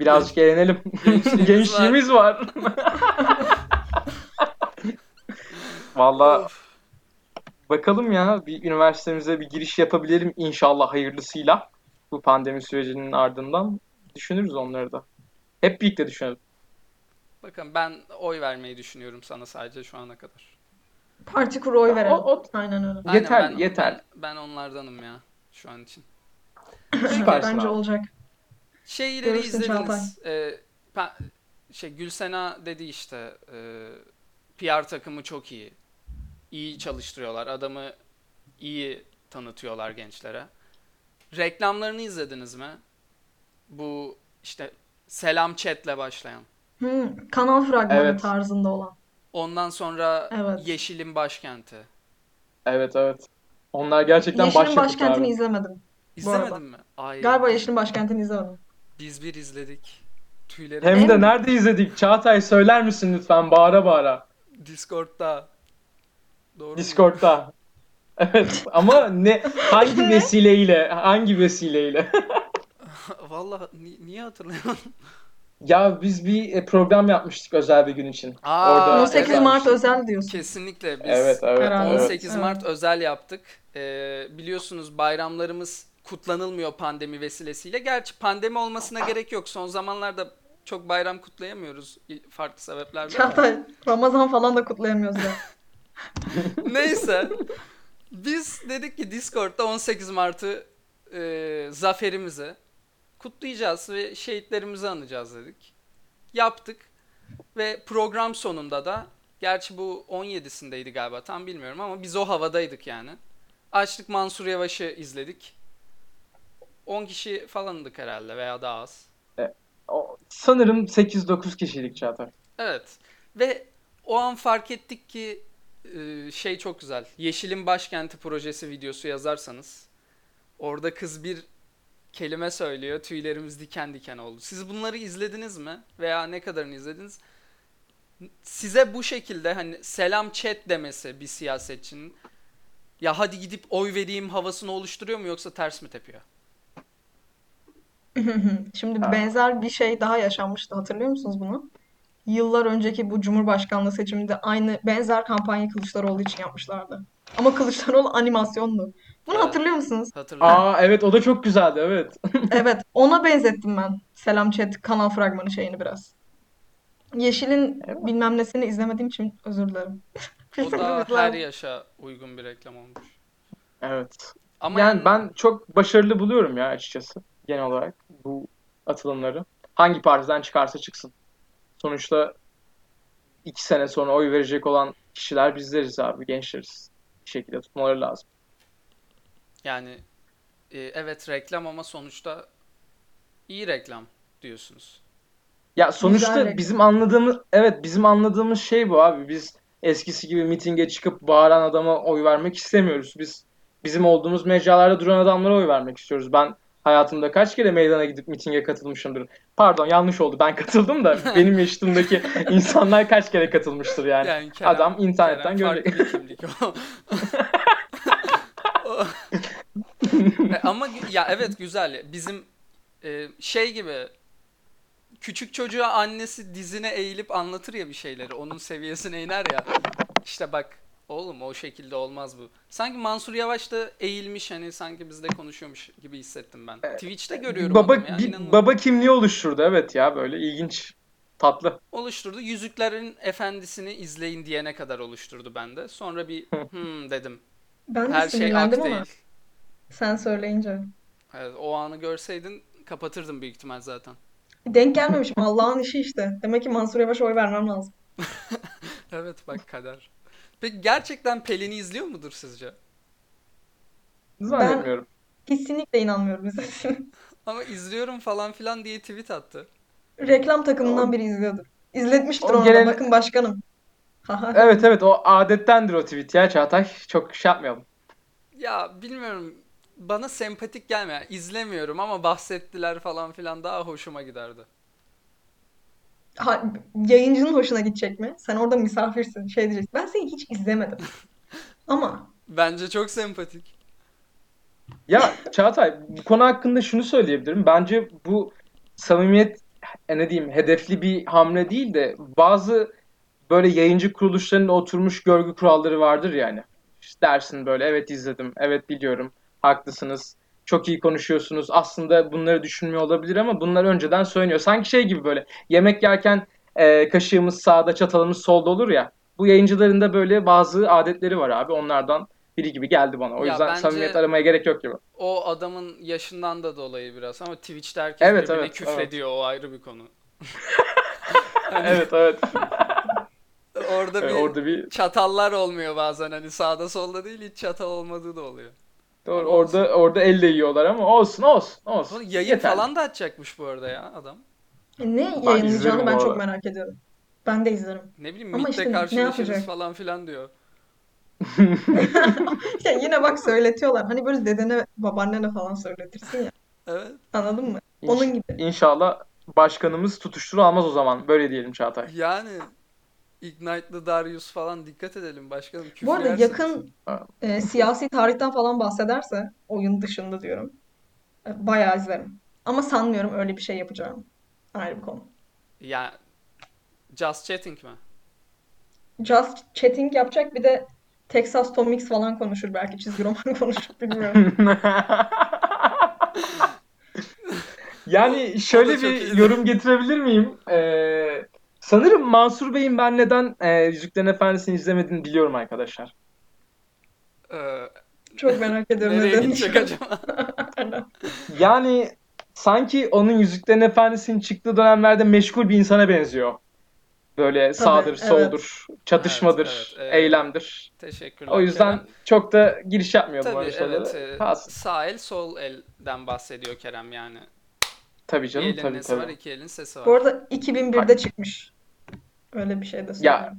Speaker 2: Birazcık eğlenelim.
Speaker 1: Gençliğimiz
Speaker 2: Gençliğimiz var. Valla
Speaker 1: Of.
Speaker 2: bakalım ya. Bir üniversitemize bir giriş yapabilelim inşallah hayırlısıyla. Bu pandemi sürecinin ardından düşünürüz onları da. Hep birlikte düşünelim.
Speaker 1: Bakın ben oy vermeyi düşünüyorum sana sadece şu ana kadar.
Speaker 3: Parti kuru oy verelim.
Speaker 2: O- o-
Speaker 3: Aynen öyle.
Speaker 1: Aynen,
Speaker 2: Yeterli,
Speaker 1: ben,
Speaker 2: yeterli.
Speaker 1: Ben, ben onlardanım ya şu an için.
Speaker 2: Süpersin
Speaker 3: Bence
Speaker 2: abi.
Speaker 3: olacak.
Speaker 1: Şeyleri
Speaker 3: Görürsün
Speaker 1: izlediniz. Ee, pa- şey Gülsena dedi işte e, PR takımı çok iyi. İyi çalıştırıyorlar. Adamı iyi tanıtıyorlar gençlere. Reklamlarını izlediniz mi? Bu işte selam chatle başlayan.
Speaker 3: Hmm, kanal fragmanı
Speaker 2: Evet.
Speaker 3: tarzında olan.
Speaker 1: Ondan sonra
Speaker 3: Evet.
Speaker 1: Yeşil'in başkenti.
Speaker 2: Evet evet. Onlar gerçekten
Speaker 3: Yeşil'in
Speaker 2: başyapıt
Speaker 3: başkentini
Speaker 2: abi.
Speaker 3: izlemedim. arada.
Speaker 1: İzlemedin mi? Ay,
Speaker 3: Galiba Yeşil'in başkentini izlemedim.
Speaker 1: Biz bir izledik. Tüylerim
Speaker 2: Hem de
Speaker 3: Hem-
Speaker 2: nerede izledik? Çağatay söyler misin lütfen bağıra bağıra.
Speaker 1: Discord'da. Doğru mu?
Speaker 2: Discord'da. Evet ama ne hangi vesileyle? Hangi vesileyle?
Speaker 1: Vallahi ni- niye hatırlayamadım?
Speaker 2: Ya biz bir e, program yapmıştık özel bir gün için.
Speaker 1: Aa,
Speaker 2: Orada
Speaker 3: 18
Speaker 2: evet.
Speaker 3: Mart özel diyorsun.
Speaker 1: Kesinlikle biz
Speaker 2: Evet evet.
Speaker 3: Karanlık.
Speaker 2: evet.
Speaker 1: 18
Speaker 3: Evet.
Speaker 1: Mart özel yaptık. Ee, biliyorsunuz bayramlarımız kutlanılmıyor pandemi vesilesiyle. Gerçi pandemi olmasına gerek yok. Son zamanlarda çok bayram kutlayamıyoruz farklı sebeplerden.
Speaker 3: Çağatay, Ramazan falan da kutlayamıyoruz ya.
Speaker 1: Neyse. Biz dedik ki Discord'da 18 Mart'ı e, zaferimizi kutlayacağız ve şehitlerimizi anacağız dedik. Yaptık ve program sonunda da gerçi bu 17'sindeydi galiba tam bilmiyorum ama biz o havadaydık yani. Açtık Mansur Yavaş'ı izledik. 10 kişi falandık herhalde veya daha az.
Speaker 2: O- Sanırım 8-9 kişilik Çağatay.
Speaker 1: Evet. Ve o an fark ettik ki e, şey çok güzel. Yeşil'in başkenti projesi videosu yazarsanız orada kız bir kelime söylüyor. Tüylerimiz diken diken oldu. Siz bunları izlediniz mi? Veya ne kadarını izlediniz? Size bu şekilde hani selam chat demesi bir siyasetçinin ya hadi gidip oy vereyim havasını oluşturuyor mu yoksa ters mi tepiyor?
Speaker 3: Şimdi
Speaker 2: Ha.
Speaker 3: benzer bir şey daha yaşanmıştı. Hatırlıyor musunuz bunu? Yıllar önceki bu Cumhurbaşkanlığı seçiminde aynı benzer kampanya Kılıçdaroğlu için yapmışlardı. Ama Kılıçdaroğlu animasyonlu. Bunu
Speaker 1: Evet.
Speaker 3: hatırlıyor musunuz?
Speaker 1: Hatırlıyorum.
Speaker 2: Aa evet o da çok güzeldi evet.
Speaker 3: Evet, ona benzettim ben. Selam Chat kanal fragmanı şeyini biraz. Yeşil'in
Speaker 2: Evet.
Speaker 3: bilmem nesini izlemediğim için özür dilerim.
Speaker 1: O da her yaşa uygun bir reklam olmuş.
Speaker 2: Evet.
Speaker 1: Ama
Speaker 2: Yani ben çok başarılı buluyorum ya açıkçası genel olarak bu atılımları. Hangi partiden çıkarsa çıksın. Sonuçta iki sene sonra oy verecek olan kişiler bizleriz abi gençleriz. Bir şekilde tutmaları lazım.
Speaker 1: Yani e, evet reklam ama sonuçta iyi reklam diyorsunuz.
Speaker 2: Ya sonuçta
Speaker 3: Güzel reklam.
Speaker 2: bizim anladığımız evet bizim anladığımız şey bu abi. Biz eskisi gibi mitinge çıkıp bağıran adama oy vermek istemiyoruz. Biz bizim olduğumuz mecralarda duran adamlara oy vermek istiyoruz. Ben hayatımda kaç kere meydana gidip mitinge katılmışımdır. Pardon yanlış oldu. Ben katıldım da benim yaşımdaki insanlar kaç kere katılmıştır yani.
Speaker 1: Yani Kerem-
Speaker 2: adam internetten
Speaker 1: Kerem
Speaker 2: görecek.
Speaker 1: farklı bir kimlik o. O- E, ama gü- ya evet güzel. Bizim e, şey gibi küçük çocuğa annesi dizine eğilip anlatır ya bir şeyleri. Onun seviyesine iner ya. İşte bak oğlum o şekilde olmaz bu. Sanki Mansur Yavaş da eğilmiş hani sanki bizle konuşuyormuş gibi hissettim ben. Twitch'te görüyorum
Speaker 2: Baba
Speaker 1: adamı ya.
Speaker 2: bir-
Speaker 1: inanılmaz.
Speaker 2: baba kimliği oluşturdu evet ya böyle ilginç tatlı.
Speaker 1: oluşturdu. Yüzüklerin Efendisi'ni izleyin diyene kadar oluşturdu bende. Sonra bir hmm dedim.
Speaker 3: Ben de
Speaker 1: Her şey ak
Speaker 3: sinirlendim ama
Speaker 1: değil.
Speaker 3: sen söyleyince.
Speaker 1: Evet, o anı görseydin kapatırdım büyük ihtimal zaten.
Speaker 3: Denk gelmemişim. Allah'ın işi işte. Demek ki Mansur Yavaş'a oy vermem lazım.
Speaker 1: Evet bak kader. Peki gerçekten Pelin'i izliyor mudur sizce?
Speaker 2: Zannetmiyorum.
Speaker 3: Kesinlikle inanmıyorum izlediğine.
Speaker 1: Ama izliyorum falan filan diye tweet attı.
Speaker 3: Reklam takımından biri izliyordur. İzletmiştir
Speaker 2: O
Speaker 3: onu da.
Speaker 2: genel-
Speaker 3: Bakın başkanım. Haha.
Speaker 2: Evet evet o adettendir o tweet ya Çağatay. Çok şey yapmayalım.
Speaker 1: Ya bilmiyorum. Bana sempatik gelmiyor. Yani izlemiyorum ama bahsettiler falan filan daha hoşuma giderdi.
Speaker 3: Ha, yayıncının hoşuna gidecek mi? Sen orada misafirsin. Şey diyeceksin. Ben seni hiç izlemedim. Ama
Speaker 1: Bence çok sempatik.
Speaker 2: Ya Çağatay bu konu hakkında şunu söyleyebilirim. Bence bu samimiyet e, ne diyeyim hedefli bir hamle değil de bazı böyle yayıncı kuruluşlarının oturmuş görgü kuralları vardır yani. İşte dersin böyle evet izledim, evet biliyorum, haklısınız, çok iyi konuşuyorsunuz. Aslında bunları düşünmüyor olabilir ama bunlar önceden söyleniyor. Sanki şey gibi böyle yemek yerken e, kaşığımız sağda çatalımız solda olur ya. Bu yayıncıların da böyle bazı adetleri var abi. Onlardan biri gibi geldi bana. O
Speaker 1: Ya
Speaker 2: yüzden
Speaker 1: bence-
Speaker 2: samimiyet aramaya gerek yok gibi.
Speaker 1: O adamın yaşından da dolayı biraz ama Twitch'te herkes
Speaker 2: Evet,
Speaker 1: birbirine
Speaker 2: evet,
Speaker 1: küfrediyor o ayrı bir konu.
Speaker 2: evet evet.
Speaker 1: Orada
Speaker 2: Evet,
Speaker 1: bir
Speaker 2: orada bir
Speaker 1: çatallar olmuyor bazen hani sağda solda değil hiç çatal olmadığı da oluyor.
Speaker 2: doğru, orada orada elle yiyorlar ama olsun olsun olsun.
Speaker 1: Bunu yayın
Speaker 2: Yeterli.
Speaker 1: falan da açacakmış bu arada ya adam.
Speaker 3: ne
Speaker 2: izlerim
Speaker 3: yayınlayacağını
Speaker 2: bu
Speaker 3: ben çok
Speaker 2: arada.
Speaker 3: merak ediyorum. Ben de izlerim.
Speaker 1: Ne bileyim
Speaker 3: Ama
Speaker 1: MIT'te
Speaker 3: işte ne
Speaker 1: karşılaşırız
Speaker 3: yapacak?
Speaker 1: falan filan diyor.
Speaker 3: Ya yine bak söyletiyorlar. Hani böyle dedene, babaannene falan söyletirsin ya.
Speaker 1: Evet.
Speaker 3: Anladın mı?
Speaker 2: İnş-
Speaker 3: Onun gibi.
Speaker 2: İnşallah başkanımız tutuşturu almaz o zaman. Böyle diyelim Çağatay.
Speaker 1: Yani Ignite'lı Darius falan dikkat edelim başkanım.
Speaker 3: Bu arada
Speaker 1: küfür yersiniz.
Speaker 3: yakın
Speaker 2: Ha.
Speaker 3: e, siyasi tarihten falan bahsederse oyun dışında diyorum. e, bayağı izlerim. Ama sanmıyorum öyle bir şey yapacağım. Ayrı bir konu.
Speaker 1: Ya Just Chatting mi?
Speaker 3: Just chatting yapacak bir de Texas Tom Mix falan konuşur belki çizgi roman konuşur bilmiyorum.
Speaker 2: yani şöyle
Speaker 1: çok
Speaker 2: bir
Speaker 1: iyi.
Speaker 2: yorum getirebilir miyim? Ee, sanırım Mansur Bey'in ben neden e, Yüzüklerin Efendisi'ni izlemediğini biliyorum arkadaşlar.
Speaker 1: Ee,
Speaker 3: Çok merak ediyorum
Speaker 1: nereye
Speaker 3: neden.
Speaker 1: gidecek acaba?
Speaker 2: Yani sanki onun Yüzüklerin Efendisi'nin çıktığı dönemlerde meşgul bir insana benziyor. Böyle sağdır,
Speaker 3: evet.
Speaker 2: soldur, çatışmadır,
Speaker 1: Evet, evet, evet.
Speaker 2: eylemdir.
Speaker 1: Teşekkürler.
Speaker 2: O yüzden
Speaker 1: Kerem.
Speaker 2: çok da giriş yapmıyor bu
Speaker 1: tabii
Speaker 2: arada
Speaker 1: evet
Speaker 2: şeylere.
Speaker 1: e,
Speaker 2: Kalsın.
Speaker 1: sağ el sol elden bahsediyor Kerem yani.
Speaker 2: Tabii
Speaker 1: Bir
Speaker 2: canım,
Speaker 1: elin
Speaker 2: tabii
Speaker 1: nesi
Speaker 2: tabii.
Speaker 1: var iki elin sesi var.
Speaker 3: Bu arada 2001'de çıkmış. Öyle bir şey de söylüyorum.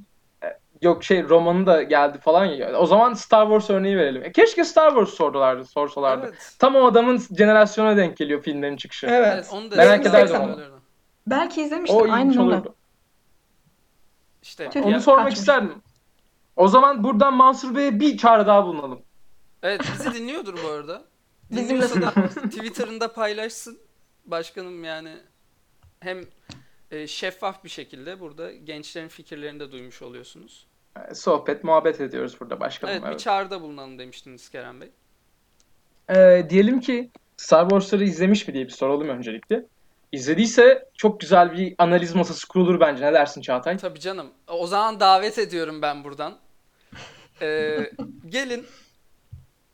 Speaker 2: Yok şey romanı da geldi falan ya. O zaman Star Wars örneği verelim. E, keşke Star Wars sordulardı, sorsalardı.
Speaker 1: Evet.
Speaker 2: Tam o adamın jenerasyona denk geliyor filmlerin çıkışı.
Speaker 3: Evet.
Speaker 1: Evet, onu da
Speaker 2: Merak
Speaker 1: istedim.
Speaker 2: ederdim onu.
Speaker 3: Belki izlemiştim.
Speaker 2: O
Speaker 3: Aynen
Speaker 2: ilginç
Speaker 3: onu.
Speaker 2: olurdu.
Speaker 1: İşte
Speaker 3: Tüh.
Speaker 2: Onu
Speaker 1: ya-
Speaker 2: sormak
Speaker 3: Kaçmış.
Speaker 2: isterdim. O zaman buradan Mansur Bey'e bir çağrı daha bulunalım.
Speaker 1: evet bizi dinliyordur bu arada.
Speaker 3: Bizim
Speaker 1: Dinliyorsa
Speaker 3: de-
Speaker 1: da Twitter'ında paylaşsın başkanım yani hem e, şeffaf bir şekilde burada gençlerin fikirlerini de duymuş oluyorsunuz.
Speaker 2: Sohbet, muhabbet ediyoruz burada başkanım.
Speaker 1: Evet bir
Speaker 2: evet.
Speaker 1: çağrıda bulunalım demiştiniz Kerem Bey.
Speaker 2: Ee, diyelim ki Star Wars'ları izlemiş mi diye bir soralım öncelikle. İzlediyse çok güzel bir analiz masası kurulur bence. Ne dersin Çağatay?
Speaker 1: Tabii canım. O zaman davet ediyorum ben buradan. Ee, gelin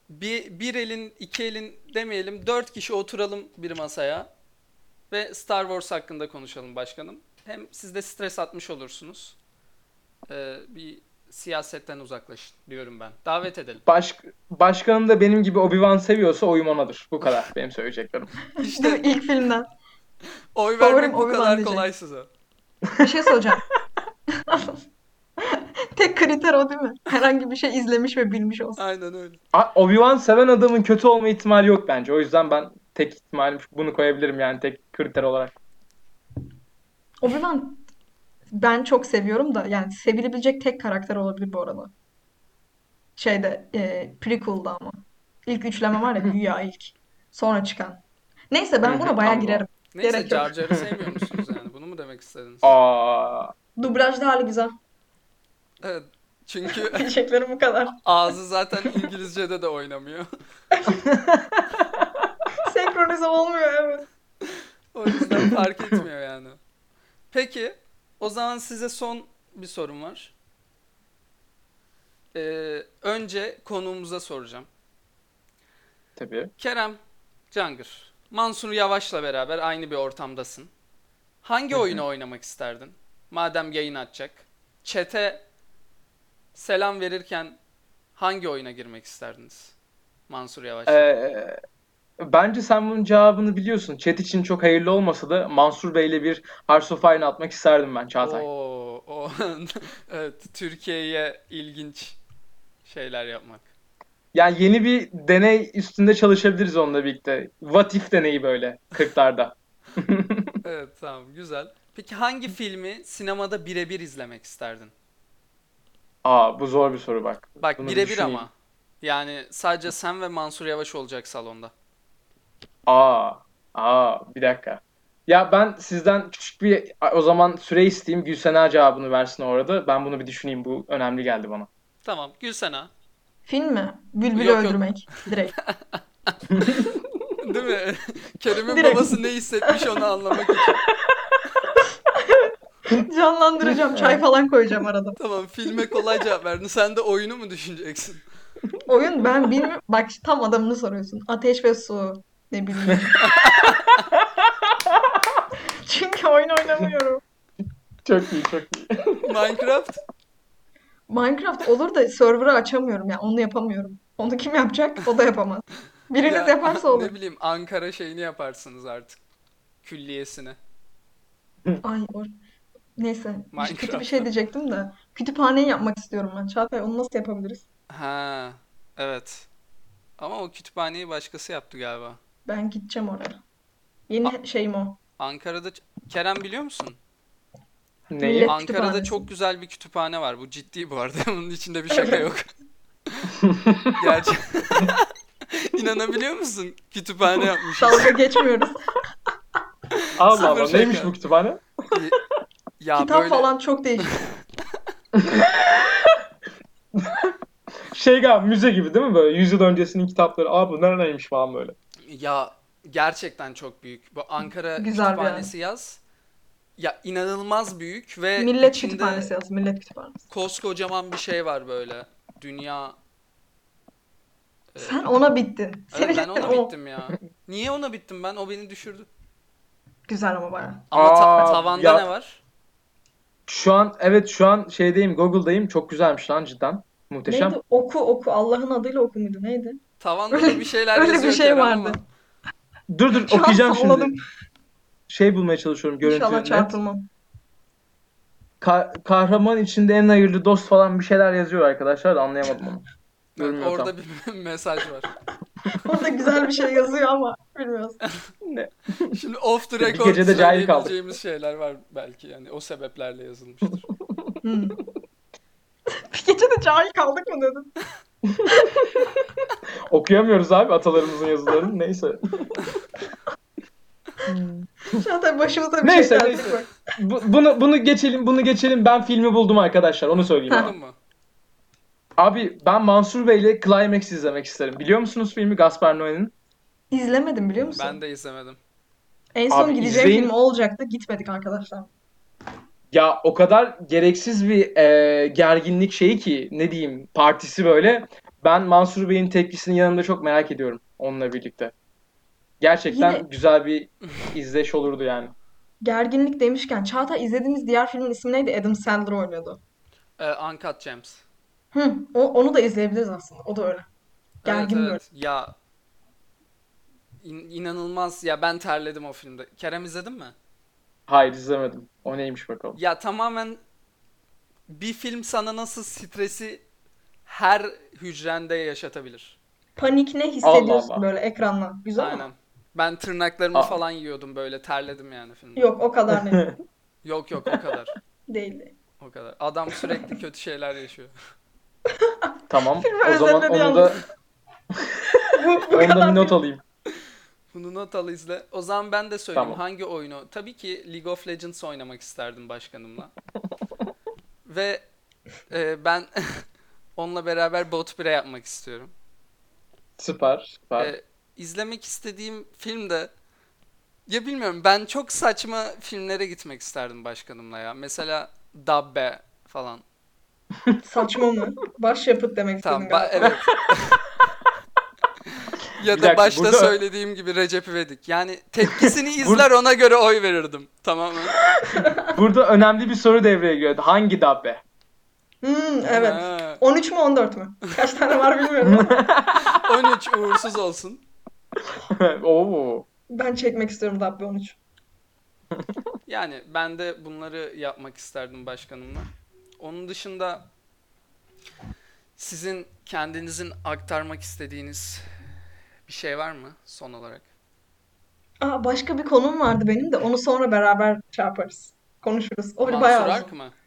Speaker 1: bir, bir elin iki elin demeyelim dört kişi oturalım bir masaya ve Star Wars hakkında konuşalım başkanım. Hem siz de stres atmış olursunuz. Ee, bir siyasetten uzaklaşın diyorum ben. Davet edelim.
Speaker 2: Baş, başkanım da benim gibi Obi-Wan seviyorsa oyum onadır. Bu kadar benim söyleyeceklerim.
Speaker 3: Değil mi? İlk filmden.
Speaker 1: Oy
Speaker 3: Favorim
Speaker 1: vermek bu
Speaker 3: Obi-Wan
Speaker 1: kadar
Speaker 3: diyecek.
Speaker 1: kolay size.
Speaker 3: Bir şey soracağım. Tek kriter o değil mi? Herhangi bir şey izlemiş ve bilmiş olsun.
Speaker 1: Aynen öyle.
Speaker 2: A- Obi-Wan seven adamın kötü olma ihtimali yok bence. O yüzden ben tek ihtimalim bunu koyabilirim yani tek kriter olarak.
Speaker 3: Obi-Wan ben çok seviyorum da yani sevilebilecek tek karakter olabilir bu arada. Şeyde e, prequel'da ama. İlk üçleme var ya güya ilk. Sonra çıkan. Neyse ben
Speaker 2: Hı
Speaker 3: buna
Speaker 2: hı,
Speaker 3: bayağı
Speaker 2: anladım.
Speaker 3: girerim.
Speaker 1: Neyse
Speaker 3: Gerek yok.
Speaker 1: Jar Jar'ı sevmiyor musunuz yani? Bunu mu demek istediniz?
Speaker 2: Aa,
Speaker 3: Dublajlı hali güzel.
Speaker 1: Evet. Çünkü
Speaker 3: Diyeceklerim bu kadar.
Speaker 1: ağzı zaten İngilizce'de de oynamıyor.
Speaker 3: Senkronize olmuyor evet.
Speaker 1: O yüzden fark etmiyor yani. Peki, o zaman size son bir sorum var. Ee, önce konuğumuza soracağım.
Speaker 2: tabii.
Speaker 1: Kerem Cangır, Mansur Yavaş'la beraber aynı bir ortamdasın. Hangi oyunu oynamak isterdin? Madem yayın açacak. Çete selam verirken hangi oyuna girmek isterdiniz? Mansur Yavaş.
Speaker 2: Ee, Bence sen bunun cevabını biliyorsun. Chat için çok hayırlı olmasa da Mansur Bey'le bir Hearts of Iron atmak isterdim ben Çağatay.
Speaker 1: Oo, o evet, Türkiye'ye ilginç şeyler yapmak.
Speaker 2: Yani yeni bir deney üstünde çalışabiliriz onunla birlikte. What if deneyi böyle 40'larda.
Speaker 1: Evet tamam güzel. Peki hangi filmi sinemada birebir izlemek isterdin?
Speaker 2: Aa bu zor bir soru bak.
Speaker 1: Bak
Speaker 2: Bunu bir
Speaker 1: birebir
Speaker 2: düşüneyim.
Speaker 1: ama. Yani sadece sen ve Mansur Yavaş olacak salonda.
Speaker 2: Aa, aa bir dakika. Ya ben sizden küçük bir o zaman süre isteyeyim. Gülsena cevabını versin orada. Ben bunu bir düşüneyim. Bu önemli geldi bana.
Speaker 1: Tamam Gülsena.
Speaker 3: Film mi? Bülbülü
Speaker 1: Yok, yok.
Speaker 3: öldürmek. Direkt.
Speaker 1: Değil mi? Kerim'in
Speaker 3: Direkt.
Speaker 1: babası ne hissetmiş onu anlamak için.
Speaker 3: Canlandıracağım. Çay falan koyacağım arada.
Speaker 1: Tamam filme kolay cevap verdin. Sen de oyunu mu düşüneceksin?
Speaker 3: Oyun ben bilmiyorum. Bak tam adamını soruyorsun. Ateş ve su. Ne bileyim. Çünkü oyun oynamıyorum.
Speaker 2: Çok iyi, çok iyi.
Speaker 1: Minecraft?
Speaker 3: Minecraft olur da server'ı açamıyorum. Yani onu yapamıyorum. Onu kim yapacak? O da yapamaz. Biriniz
Speaker 1: Ya,
Speaker 3: yaparsa olur.
Speaker 1: Ne bileyim Ankara şeyini yaparsınız artık. Külliyesini.
Speaker 3: Ay or- Neyse.
Speaker 1: Minecraft.
Speaker 3: Kötü bir şey diyecektim de. Kütüphaneyi yapmak istiyorum ben. Çağatay onu nasıl yapabiliriz?
Speaker 1: Ha, evet. Ama o kütüphaneyi başkası yaptı galiba.
Speaker 3: Ben gideceğim oraya. Yeni şeyim o.
Speaker 1: Ankara'da ç- Kerem biliyor musun?
Speaker 2: Neyi?
Speaker 3: Evet,
Speaker 1: Ankara'da
Speaker 3: kütüphanesi.
Speaker 1: çok güzel bir kütüphane var. Bu ciddi bu arada. Bunun içinde bir şaka yok. Gerçi. İnanabiliyor musun? Kütüphane yapmış.
Speaker 3: Dalga geçmiyoruz.
Speaker 2: Allah Allah.
Speaker 1: Sıfır
Speaker 2: Neymiş
Speaker 1: şaka.
Speaker 2: bu kütüphane?
Speaker 1: Ya
Speaker 3: Kitap
Speaker 1: böyle
Speaker 3: falan çok değişik.
Speaker 2: Şey galiba müze gibi değil mi böyle? Yüzyıl öncesinin kitapları. Aa bu neredeymiş falan böyle.
Speaker 1: ya gerçekten çok büyük. Bu Ankara
Speaker 3: Güzel bir
Speaker 1: kütüphanesi yaz. Ya inanılmaz büyük ve
Speaker 3: Millet
Speaker 1: içinde
Speaker 3: kütüphanesi yaz. Millet kütüphanesi.
Speaker 1: koskocaman bir şey var böyle. Dünya Ee,
Speaker 3: Sen ona bittin.
Speaker 1: evet,
Speaker 3: Seni
Speaker 1: ben ona
Speaker 3: o.
Speaker 1: bittim ya. Niye ona bittim ben? O beni düşürdü.
Speaker 3: Güzel ama baya.
Speaker 1: Ama ta-
Speaker 2: Aa,
Speaker 1: tavanda
Speaker 2: ya-
Speaker 1: ne var?
Speaker 2: Şu an evet şu an şeydeyim Google'dayım. Çok güzelmiş lan cidden. Muhteşem.
Speaker 3: Neydi? Oku oku. Allah'ın adıyla oku muydu? Neydi?
Speaker 1: Tavanda da bir şeyler
Speaker 3: öyle bir
Speaker 1: yazıyor
Speaker 3: şey
Speaker 1: Kerem
Speaker 3: vardı.
Speaker 1: ama.
Speaker 2: Dur dur
Speaker 3: Şu an
Speaker 2: okuyacağım şimdi.
Speaker 3: salladım.
Speaker 2: Şey bulmaya çalışıyorum görüntü
Speaker 3: İnşallah
Speaker 2: net.
Speaker 3: çarpılmam.
Speaker 2: Ka- kahraman içinde en hayırlı dost falan bir şeyler yazıyor arkadaşlar da anlayamadım onu.
Speaker 1: Evet,
Speaker 2: Görünmüyor
Speaker 1: orada bir mesaj var.
Speaker 3: Orada güzel bir şey yazıyor ama bilmiyoruz.
Speaker 2: Ne?
Speaker 1: Şimdi off the
Speaker 2: Bir
Speaker 1: record
Speaker 2: gecede cahil kaldık.
Speaker 1: söyleyebileceğimiz şeyler var belki yani o sebeplerle yazılmıştır.
Speaker 3: Hmm. bir gece de cahil kaldık mı dedim.
Speaker 2: Okuyamıyoruz abi atalarımızın yazılarını. Neyse.
Speaker 3: Çağatay başımıza bir
Speaker 2: Neyse,
Speaker 3: şey geldi.
Speaker 2: neyse.
Speaker 3: bak.
Speaker 2: Bu- bunu bunu geçelim, bunu geçelim. Ben filmi buldum arkadaşlar. Onu söyleyeyim.
Speaker 3: Heh.
Speaker 2: ama.
Speaker 1: Anladın mı?
Speaker 2: Abi ben Mansur Bey'le Climax izlemek isterim. Biliyor musunuz filmi Gaspar Noé'nin?
Speaker 3: İzlemedim biliyor musun?
Speaker 1: Ben de izlemedim.
Speaker 3: En son
Speaker 2: Abi
Speaker 3: gideceğim
Speaker 2: izleyin.
Speaker 3: film o olacaktı. Gitmedik arkadaşlar.
Speaker 2: Ya o kadar gereksiz bir e, gerginlik şeyi ki ne diyeyim partisi böyle. Ben Mansur Bey'in tepkisini yanımda çok merak ediyorum onunla birlikte. Gerçekten
Speaker 3: Yine-
Speaker 2: güzel bir izleyiş olurdu yani.
Speaker 3: Gerginlik demişken Çağatay izlediğimiz diğer filmin ismi neydi? Adam Sandler oynuyordu.
Speaker 1: Ee, Uncut Gems.
Speaker 3: Hı, o, onu da izleyebiliriz aslında. O da öyle. Gergin
Speaker 1: evet,
Speaker 3: böyle.
Speaker 1: evet. Ya in- inanılmaz ya ben terledim o filmde. Kerem izledin mi?
Speaker 2: Hayır izlemedim. O neymiş bakalım.
Speaker 1: Ya tamamen bir film sana nasıl stresi her hücrende yaşatabilir.
Speaker 3: Panik ne hissediyorsun
Speaker 2: Allah.
Speaker 3: böyle ekranla? Güzel mi?
Speaker 1: Aynen. Ben tırnaklarımı
Speaker 2: Aa.
Speaker 1: falan yiyordum böyle terledim yani filmde.
Speaker 3: Yok o kadar ne
Speaker 1: Yok yok o kadar.
Speaker 3: değildi.
Speaker 1: O kadar. Adam sürekli kötü şeyler yaşıyor.
Speaker 2: Tamam.
Speaker 3: Filmi
Speaker 2: O zaman
Speaker 3: özetledi
Speaker 2: onu da
Speaker 3: yalnız. bu, bu
Speaker 2: onu da
Speaker 3: kadar
Speaker 2: bir not alayım.
Speaker 1: Bunu not al izle. O zaman ben de söyleyeyim
Speaker 2: Tamam.
Speaker 1: hangi oyunu. Tabii ki League of Legends oynamak isterdim başkanımla. Ve e, ben onunla beraber bot bire yapmak istiyorum.
Speaker 2: Süper, süper.
Speaker 1: E, izlemek istediğim film de ya bilmiyorum ben çok saçma filmlere gitmek isterdim başkanımla ya. Mesela Dabbe falan.
Speaker 3: saçma mı? Başyapıt demek istedim
Speaker 1: Tamam ba-
Speaker 3: galiba.
Speaker 1: evet. ya
Speaker 2: Bir
Speaker 1: da
Speaker 2: dakika,
Speaker 1: başta
Speaker 2: burada-
Speaker 1: söylediğim gibi Recep İvedik. Yani tepkisini izler ona göre oy verirdim. Tamamen.
Speaker 2: Burada önemli bir soru devreye giriyor. Hangi dabbe?
Speaker 3: Hmm, evet.
Speaker 1: Ha,
Speaker 3: 13 mü 14 mü? Kaç tane var bilmiyorum ama.
Speaker 1: 13 uğursuz olsun.
Speaker 2: Oo.
Speaker 3: Ben çekmek istiyorum Dabbe 13.
Speaker 1: Yani ben de bunları yapmak isterdim başkanımla. Onun dışında sizin kendinizin aktarmak istediğiniz bir şey var mı son olarak?
Speaker 3: Aa, başka bir konum vardı benim de. Onu sonra beraber çarparız. Konuşuruz. O
Speaker 1: Mansur
Speaker 3: bayağı
Speaker 1: Ark
Speaker 3: uzun.
Speaker 1: mı?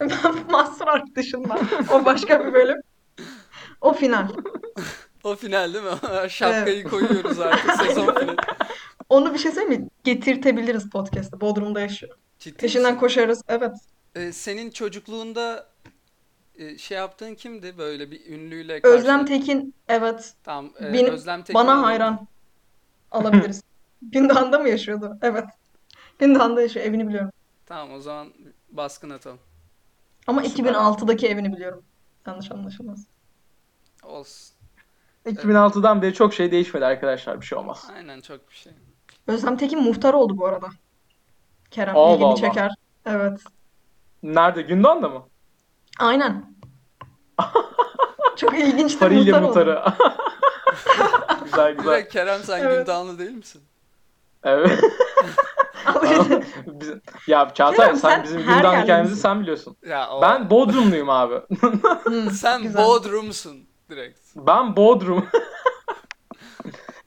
Speaker 3: Ben Mansur Ark dışında. O başka bir bölüm. O final.
Speaker 1: O final değil mi? Şapkayı koyuyoruz artık sezon finali.
Speaker 3: Onu bir şey söyleyeyim mi? Getirtebiliriz podcast'ı. Bodrum'da yaşıyor.
Speaker 1: Ciddi
Speaker 3: Peşinden
Speaker 1: misin?
Speaker 3: koşarız. Evet.
Speaker 1: Ee, senin çocukluğunda e, şey yaptığın kimdi böyle bir ünlüyle
Speaker 3: Özlem
Speaker 1: karşıla-
Speaker 3: Tekin. Evet.
Speaker 1: Tamam, e,
Speaker 3: benim-
Speaker 1: Özlem Tekin
Speaker 3: Bana
Speaker 1: alalım.
Speaker 3: hayran alabiliriz. Gündoğan'da mı yaşıyordu? Evet. Gündoğan'da yaşıyor. Evini biliyorum.
Speaker 1: Tamam o zaman baskın atalım.
Speaker 3: Ama
Speaker 1: Süper.
Speaker 3: 2006'daki evini biliyorum. Yanlış anlaşılmaz.
Speaker 1: Olsun.
Speaker 2: 2006'dan beri çok şey değişmedi arkadaşlar. Bir şey olmaz.
Speaker 1: Aynen çok bir şey.
Speaker 3: Özlem Tekin muhtar oldu bu arada. Kerem
Speaker 2: Allah
Speaker 3: ilgini
Speaker 2: Allah.
Speaker 3: çeker. Evet.
Speaker 2: Nerede? Gündoğan'da mı?
Speaker 3: Aynen. Çok ilginçtir
Speaker 2: Fariyle
Speaker 3: muhtar oldu.
Speaker 2: Mutar'ı. güzel güzel.
Speaker 1: Direkt Kerem sen
Speaker 3: Evet.
Speaker 1: Gündoğanlı değil misin?
Speaker 2: Evet.
Speaker 3: Al-
Speaker 2: Biz- ya Çağatay
Speaker 3: Kerem,
Speaker 2: sen,
Speaker 3: sen
Speaker 2: bizim
Speaker 3: her
Speaker 2: Gündoğan
Speaker 3: yerden
Speaker 2: hikayemizi
Speaker 3: misin?
Speaker 2: sen biliyorsun.
Speaker 1: Ya o-
Speaker 2: Ben Bodrumluyum abi.
Speaker 3: Hmm,
Speaker 1: sen
Speaker 3: güzel.
Speaker 1: Bodrum'sun direkt.
Speaker 2: Ben Bodrum.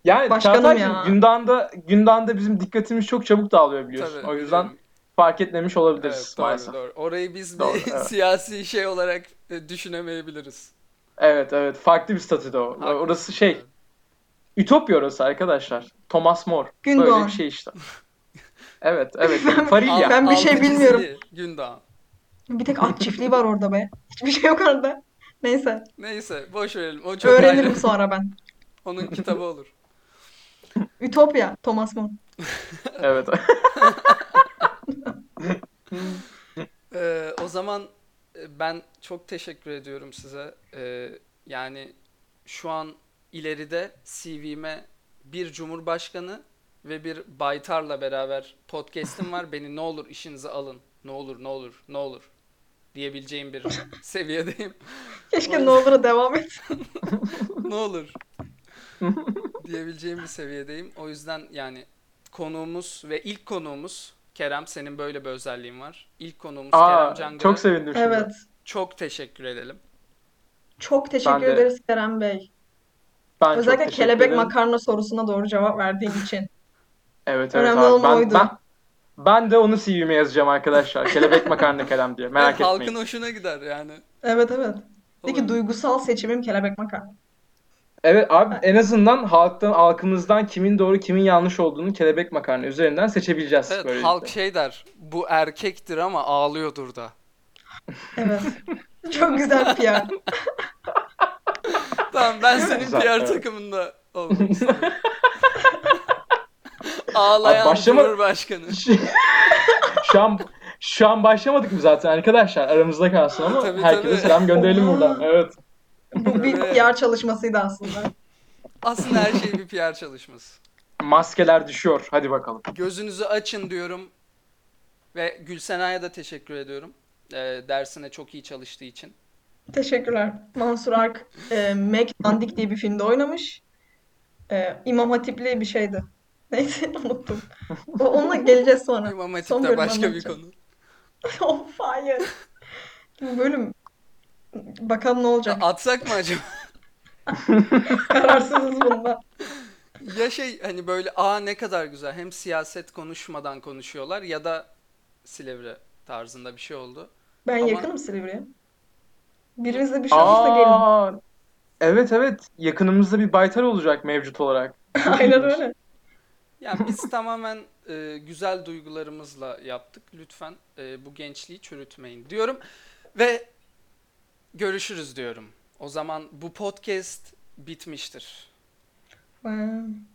Speaker 2: yani
Speaker 3: Başkanım
Speaker 2: Çağatay'cığım
Speaker 3: ya.
Speaker 2: Gündoğan'da, Gündoğan'da bizim dikkatimiz çok çabuk dağılıyor biliyorsun.
Speaker 1: Tabii,
Speaker 2: o yüzden
Speaker 1: biliyorum.
Speaker 2: fark etmemiş olabiliriz
Speaker 1: Evet, doğru,
Speaker 2: maalesef.
Speaker 1: doğru. Orayı biz
Speaker 2: Doğru,
Speaker 1: bir
Speaker 2: evet.
Speaker 1: siyasi şey olarak e, düşünemeyebiliriz.
Speaker 2: Evet evet farklı bir statüde o.
Speaker 1: Haklısın,
Speaker 2: Orası şey
Speaker 1: evet.
Speaker 2: Ütopya orası arkadaşlar. Thomas More. Böyle
Speaker 3: Gündoğan.
Speaker 2: bir şey işte. Evet evet.
Speaker 3: Ben-
Speaker 2: Farilya.
Speaker 3: ben bir şey
Speaker 1: Altı
Speaker 3: bilmiyorum.
Speaker 1: çizili, Gündoğan.
Speaker 3: Bir tek at çiftliği var orada be. Hiçbir şey yok orada. Neyse.
Speaker 1: Neyse boş verelim. O çok
Speaker 3: Öğrenirim
Speaker 1: ayrı.
Speaker 3: sonra ben.
Speaker 1: Onun kitabı olur.
Speaker 3: Ütopya. Thomas Mann.
Speaker 2: Evet.
Speaker 1: Ee, o zaman e, ben çok teşekkür ediyorum size. Ee, yani şu an ileride CV'me bir cumhurbaşkanı ve bir baytarla beraber podcast'im var. Beni ne olur işinize alın. Ne olur, ne olur, ne olur diyebileceğim bir seviyedeyim.
Speaker 3: Keşke ne olur'a devam et.
Speaker 1: ne olur diyebileceğim bir seviyedeyim. O yüzden yani konuğumuz ve ilk konuğumuz Kerem senin böyle bir özelliğin var. İlk konuğumuz Kerem
Speaker 2: Aa,
Speaker 1: Cangır'a
Speaker 2: çok sevindim şimdi.
Speaker 3: Evet.
Speaker 1: çok teşekkür edelim.
Speaker 3: Çok teşekkür
Speaker 2: Ben de-
Speaker 3: ederiz Kerem Bey.
Speaker 2: Ben çok
Speaker 3: Özellikle
Speaker 2: teşekkür
Speaker 3: kelebek
Speaker 2: ederim.
Speaker 3: makarna sorusuna doğru cevap verdiğin için.
Speaker 2: Evet evet
Speaker 3: Önemli
Speaker 2: abi.
Speaker 3: olan
Speaker 2: ben,
Speaker 3: oydu.
Speaker 2: Ben, ben de onu CV'me yazacağım arkadaşlar. Kelebek makarna kelem diye. Merak
Speaker 1: Yani
Speaker 2: etmeyin.
Speaker 1: halkın hoşuna gider yani.
Speaker 3: Evet evet. Peki
Speaker 1: Olur.
Speaker 3: duygusal seçimim kelebek makarna.
Speaker 2: Evet abi en azından halktan halkımızdan kimin doğru kimin yanlış olduğunu kelebek makarna üzerinden seçebileceğiz
Speaker 1: Evet,
Speaker 2: böylelikle.
Speaker 1: halk şey der. Bu erkektir ama ağlıyordur da.
Speaker 3: Evet. Çok güzel PR.
Speaker 1: Tamam ben senin
Speaker 2: Güzel,
Speaker 1: PR
Speaker 2: evet.
Speaker 1: takımında olmak istiyorum. Ağlayan
Speaker 2: Abi başlama-
Speaker 1: Cumhurbaşkanı.
Speaker 2: şey. şu an şu an başlamadık mı zaten arkadaşlar? Aramızda kalsın ama
Speaker 1: Tabii,
Speaker 2: herkese
Speaker 1: tabii.
Speaker 2: selam gönderelim buradan. Evet.
Speaker 3: Bu bir
Speaker 1: Evet.
Speaker 3: PR çalışmasıydı aslında.
Speaker 1: Aslında her şey bir PR çalışması.
Speaker 2: Maskeler düşüyor. Hadi bakalım.
Speaker 1: Gözünüzü açın diyorum. Ve Gülsena'ya da teşekkür ediyorum. Ee, dersine çok iyi çalıştığı için.
Speaker 3: Teşekkürler. Mansur Ark e, Mac Dandik diye bir filmde oynamış. E, İmam Hatip'li bir şeydi. Neyse unuttum. O, onunla geleceğiz sonra.
Speaker 1: İmam Hatip
Speaker 3: Son
Speaker 1: de
Speaker 3: bölüm
Speaker 1: başka bir
Speaker 3: anlatacağım.
Speaker 1: konu.
Speaker 3: Of hayır. Bu bölüm bakalım ne olacak.
Speaker 1: Atsak mı acaba?
Speaker 3: Kararsızız bunda.
Speaker 1: Ya şey hani böyle aa ne kadar güzel hem siyaset konuşmadan konuşuyorlar ya da Silivri tarzında bir şey oldu.
Speaker 3: Ben
Speaker 1: Ama-
Speaker 3: yakınım Silivri'ye. Birinizle bir şey olursa gelin.
Speaker 2: Aa, evet evet. Yakınımızda bir baytar olacak mevcut olarak.
Speaker 3: Aynen öyle.
Speaker 1: Yani biz tamamen e, güzel duygularımızla yaptık. Lütfen e, bu gençliği çürütmeyin diyorum ve görüşürüz diyorum. O zaman bu podcast bitmiştir.
Speaker 3: Vay.